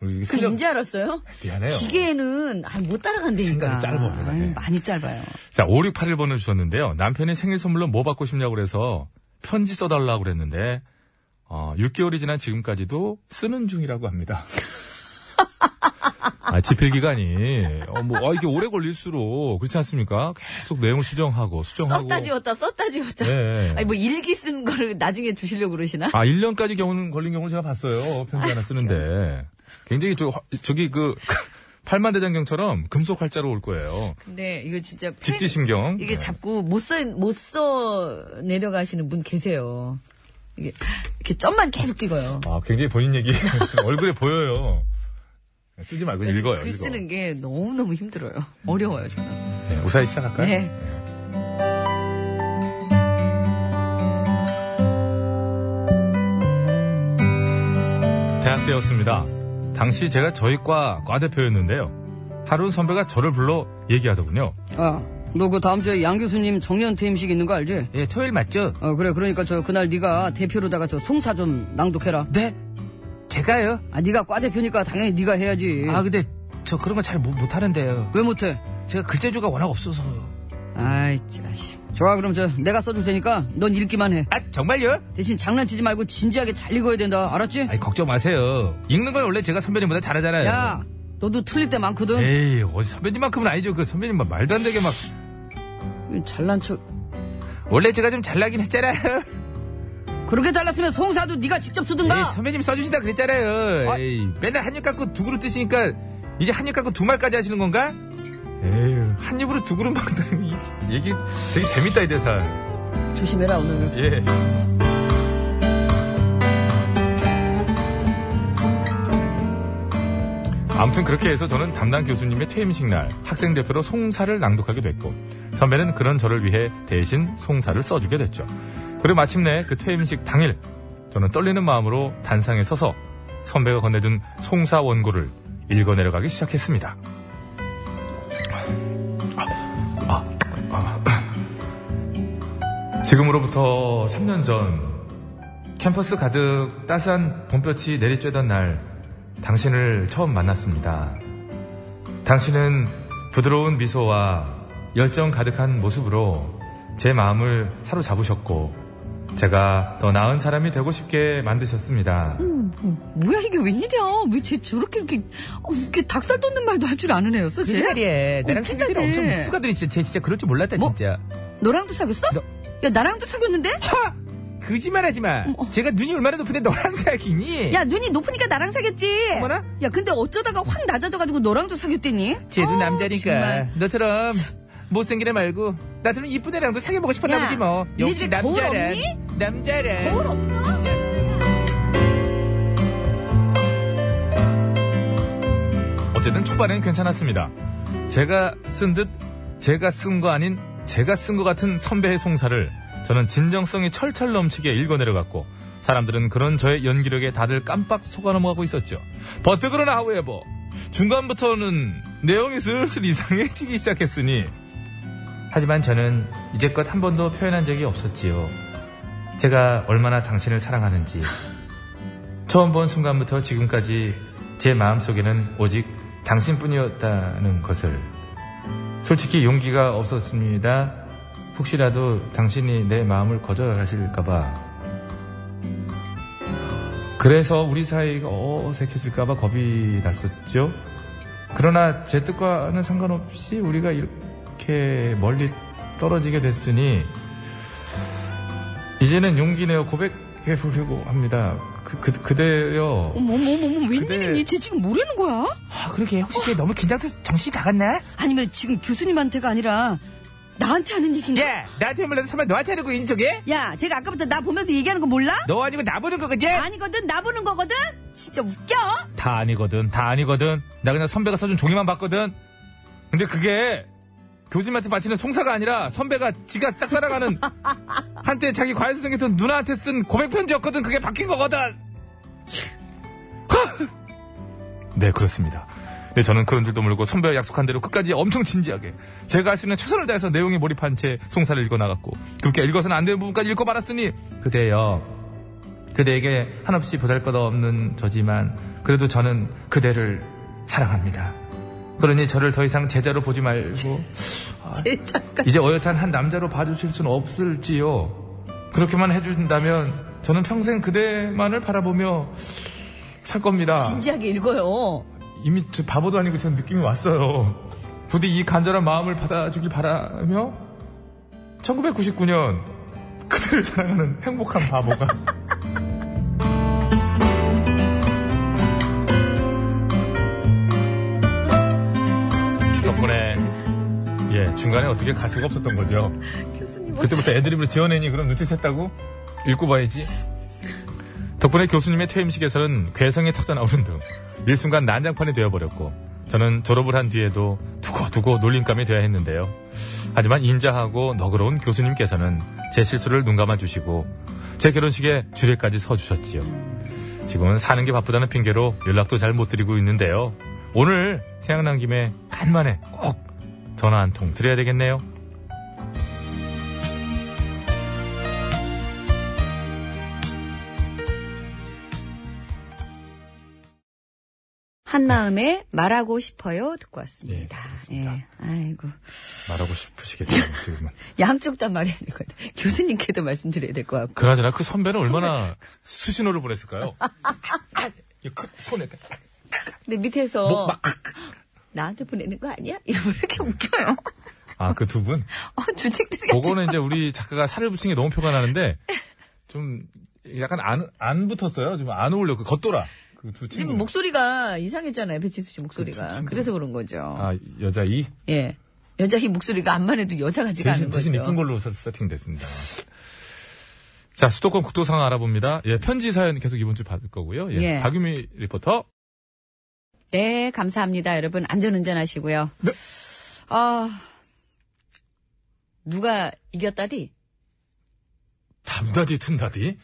그 인지 알았어요?
미안해요.
기계는 아, 못 따라간다니까.
생각이 짧아, 내가.
아유,
예.
많이 짧아요.
자, 5681번을 주셨는데요. 남편이 생일 선물로 뭐 받고 싶냐고 그래서 편지 써달라고 그랬는데, 어, 6개월이 지난 지금까지도 쓰는 중이라고 합니다. 아, 집필 기간이, 어, 뭐, 아, 이게 오래 걸릴수록, 그렇지 않습니까? 계속 내용을 수정하고, 수정하고.
썼다 지웠다, 썼다 지웠다.
예.
아니, 뭐 일기 쓴 거를 나중에 주시려고 그러시나?
아, 1년까지 경우는 걸린 경우를 제가 봤어요. 편지 하나 쓰는데. 굉장히 저, 화- 저기 그, 팔만대장경처럼 금속 활자로 올 거예요.
근데 이거 진짜 팬-
직지신경. 네.
이게 자꾸 못 써, 못 써 내려가시는 분 계세요. 이게, 이렇게 점만 계속 찍어요.
아, 굉장히 본인 얘기 얼굴에 보여요. 쓰지 말고 읽어요.
네, 글
읽어.
쓰는 게 너무너무 힘들어요. 어려워요, 저는.
네, 우사히 시작할까요?
네.
대학 때였습니다. 당시 제가 저희 과 과대표였는데요. 하루는 선배가 저를 불러 얘기하더군요.
아, 너 그 다음 주에 양 교수님 정년 퇴임식 있는 거 알지?
예, 토요일 맞죠?
어, 그래. 그러니까 저 그날 네가 대표로다가 저 송사 좀 낭독해라.
네. 제가요?
아, 네가 과 대표니까 당연히 네가 해야지.
예.
아, 근데 저 그런 거 잘 못하는데요.
그-
왜 못해?
제가 글재주가 워낙 없어서요.
아이, 자식. 좋아, 그럼 저 내가 써줄 테니까 넌 읽기만 해.
아, 정말요?
대신 장난치지 말고 진지하게 잘 읽어야 된다. 알았지?
아니, 걱정 마세요. 읽는 건 원래 제가 선배님보다
네.
잘하잖아요.
야, 너도 틀릴 때 많거든.
에이, 어디 선배님만큼은 아니죠. 그 선배님 막 말도 안 되게 막.
잘난 척.
원래 제가 좀 잘나긴 했잖아요.
그렇게 잘났으면 송사도 네가 직접 쓰든가.
에이, 선배님 써주시다 그랬잖아요.
아.
에이, 맨날 한 입 갖고 두 그릇 드시니까 이제 한 입 갖고 두 말까지 하시는 건가? 에휴, 한 입으로 두 그릇 먹는 이 얘기 되게 재밌다 이 대사.
조심해라 오늘.
예.
아무튼 그렇게 해서 저는 담당 교수님의 퇴임식 날 학생 대표로 송사를 낭독하게 됐고 선배는 그런 저를 위해 대신 송사를 써주게 됐죠. 그리고 마침내 그 퇴임식 당일 저는 떨리는 마음으로 단상에 서서 선배가 건네준 송사 원고를 읽어 내려가기 시작했습니다. 지금으로부터 3년 전 캠퍼스 가득 따스한 봄볕이 내리쬐던 날 당신을 처음 만났습니다. 당신은 부드러운 미소와 열정 가득한 모습으로 제 마음을 사로잡으셨고 제가 더 나은 사람이 되고 싶게 만드셨습니다.
뭐야, 이게 웬일이야. 왜 쟤 저렇게 이렇게, 어, 이렇게 닭살 돋는 말도 할 줄 아는 애였어, 뭐? 쟤?
말이야.
나랑 생각이
들
엄청
묵수가들이 진짜, 쟤 진짜 그럴 줄 몰랐다, 진짜.
너랑도 사귀었어?
너-
야, 나랑도 사귀었는데?
네.
하! 거짓말 하지 마. 제가 눈이 얼마나 높은데 너랑 사귀니?
야, 눈이 높으니까 나랑 사귀었지?
어머나?
야, 근데 어쩌다가 확 낮아져가지고 너랑도 사귀었대니?
쟤도
어,
남자니까.
정말.
너처럼 못생긴 애 말고 나처럼 이쁜 애랑도 사귀어보고 싶었나
야,
보지 뭐.
니네
역시
집 거울
남자란.
없니?
남자란.
거울 없어?
어쨌든 초반엔 괜찮았습니다. 제가 쓴 듯 제가 쓴 거 아닌 제가 쓴 것 같은 선배의 송사를 저는 진정성이 철철 넘치게 읽어 내려갔고 사람들은 그런 저의 연기력에 다들 깜빡 속아 넘어가고 있었죠. 버트 그러나 하우에버 중간부터는 내용이 슬슬 이상해지기 시작했으니 하지만 저는 이제껏 한 번도 표현한 적이 없었지요. 제가 얼마나 당신을 사랑하는지 처음 본 순간부터 지금까지 제 마음속에는 오직 당신뿐이었다는 것을 솔직히 용기가 없었습니다. 혹시라도 당신이 내 마음을 거절하실까봐 그래서 우리 사이가 어색해질까봐 겁이 났었죠. 그러나 제 뜻과는 상관없이 우리가 이렇게 멀리 떨어지게 됐으니 이제는 용기 내어 고백해 보려고 합니다. 그, 그, 그대여.
어머, 어머, 어머, 어머,
근데-
웬일이니? 쟤 지금 뭐라는 거야?
아, 그러게. 혹시 쟤 너무 긴장돼서 정신이 나갔나?
아니면 지금 교수님한테가 아니라 나한테 하는 얘기인가?
예.
야, 예, 나한테 몰라서 설마 너한테 하는 거인 저게?
야, 제가 아까부터 나 보면서 얘기하는 거 몰라?
너 아니고 나 보는 거 그지?
아니거든, 나 보는 거거든? 진짜 웃겨?
다 아니거든. 다 아니거든. 나 그냥 선배가 써준 종이만 봤거든. 근데 그게 교수님한테 바치는 송사가 아니라 선배가 지가 짝사랑하는 한때 자기 과외 선생님했던 누나한테 쓴 고백 편지였거든. 그게 바뀐 거거든. 네, 그렇습니다. 네, 저는 그런 줄도 모르고 선배와 약속한 대로 끝까지 엄청 진지하게 제가 할 수 있는 최선을 다해서 내용에 몰입한 채 송사를 읽어 나갔고 그렇게 읽어서는 안 되는 부분까지 읽고 말았으니 그대여
그대에게 한없이 보잘것없는 저지만 그래도 저는 그대를 사랑합니다. 그러니 저를 더 이상 제자로 보지 말고 아,
제자가
이제 어엿한 한 남자로 봐주실 수는 없을지요. 그렇게만 해주신다면 저는 평생 그대만을 바라보며 살 겁니다.
진지하게 읽어요.
이미 저 바보도 아니고 전 느낌이 왔어요. 부디 이 간절한 마음을 받아주길 바라며 1999년 그대를 사랑하는 행복한 바보가
덕분에 예 중간에 어떻게 가수가 없었던 거죠.
교수님
그때부터 애드립으로 지어내니 그럼 눈치챘다고 읽고 봐야지. 덕분에 교수님의 퇴임식에서는 괴성이 터져나오는 등 일순간 난장판이 되어버렸고 저는 졸업을 한 뒤에도 두고두고 놀림감이 돼야 했는데요. 하지만 인자하고 너그러운 교수님께서는 제 실수를 눈감아 주시고 제 결혼식에 주례까지 서주셨지요. 지금은 사는 게 바쁘다는 핑계로 연락도 잘 못 드리고 있는데요. 오늘 생각난 김에 간만에 꼭 전화 한 통 드려야 되겠네요.
한마음에 말하고 싶어요 듣고 왔습니다.
예, 그렇습니다.
아이고
말하고 싶으시겠죠, 지금은.
양쪽 다 말해야 될 것 같아. 교수님께도 말씀드려야 될 것 같고.
그나저나 그 선배는 얼마나 수신호를 보냈을까요? 이그 손에
근데 밑에서
목 뭐, 막.
나한테 보내는 거 아니야? 이러면 이렇게 웃겨요.
아그 두 분.
어, 주책들이
그거는 이제 우리 작가가 살을 붙인 게 너무 표가 나는데 좀 약간 안, 안 붙었어요. 좀 안 어울려. 그 겉돌아. 그 두 친구.
지금 목소리가 이상했잖아요. 배치수 씨 목소리가.
친구는.
그래서 그런 거죠.
그렇죠, 아 여자 이
예. 여자 희 목소리가 안만 해도 여자 같지가
대신
않은 거죠.
대신 이쁜 걸로 세- 세팅됐습니다. 자 수도권 국도 상황 알아봅니다. 예 편지 사연 계속 이번 주 받을 거고요. 예,
예.
박유미 리포터.
네, 감사합니다. 여러분, 안전운전 하시고요.
네.
아, 누가 이겼다디?
담다디 튼다디.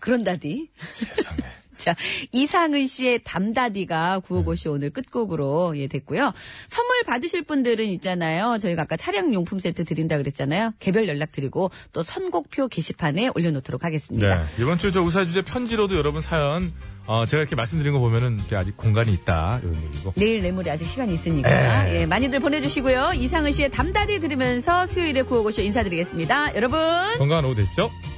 그런다디?
세상에.
자, 이상은 씨의 담다디가
네.
구호고시 오늘 끝곡으로 예, 됐고요. 선물 받으실 분들은 있잖아요. 저희가 아까 차량용품 세트 드린다 그랬잖아요. 개별 연락 드리고 또 선곡표 게시판에 올려놓도록 하겠습니다.
네. 이번 주 저 우사 주제 편지로도 여러분 사연 어, 제가 이렇게 말씀드린 거 보면은 이게 아직 공간이 있다 이런 얘기고.
내일 내물이 아직 시간이 있으니까
네.
예, 많이들 보내주시고요. 이상은 씨의 담다디 들으면서 수요일에 구호고쇼 인사드리겠습니다. 여러분
건강한 오후 되십시오.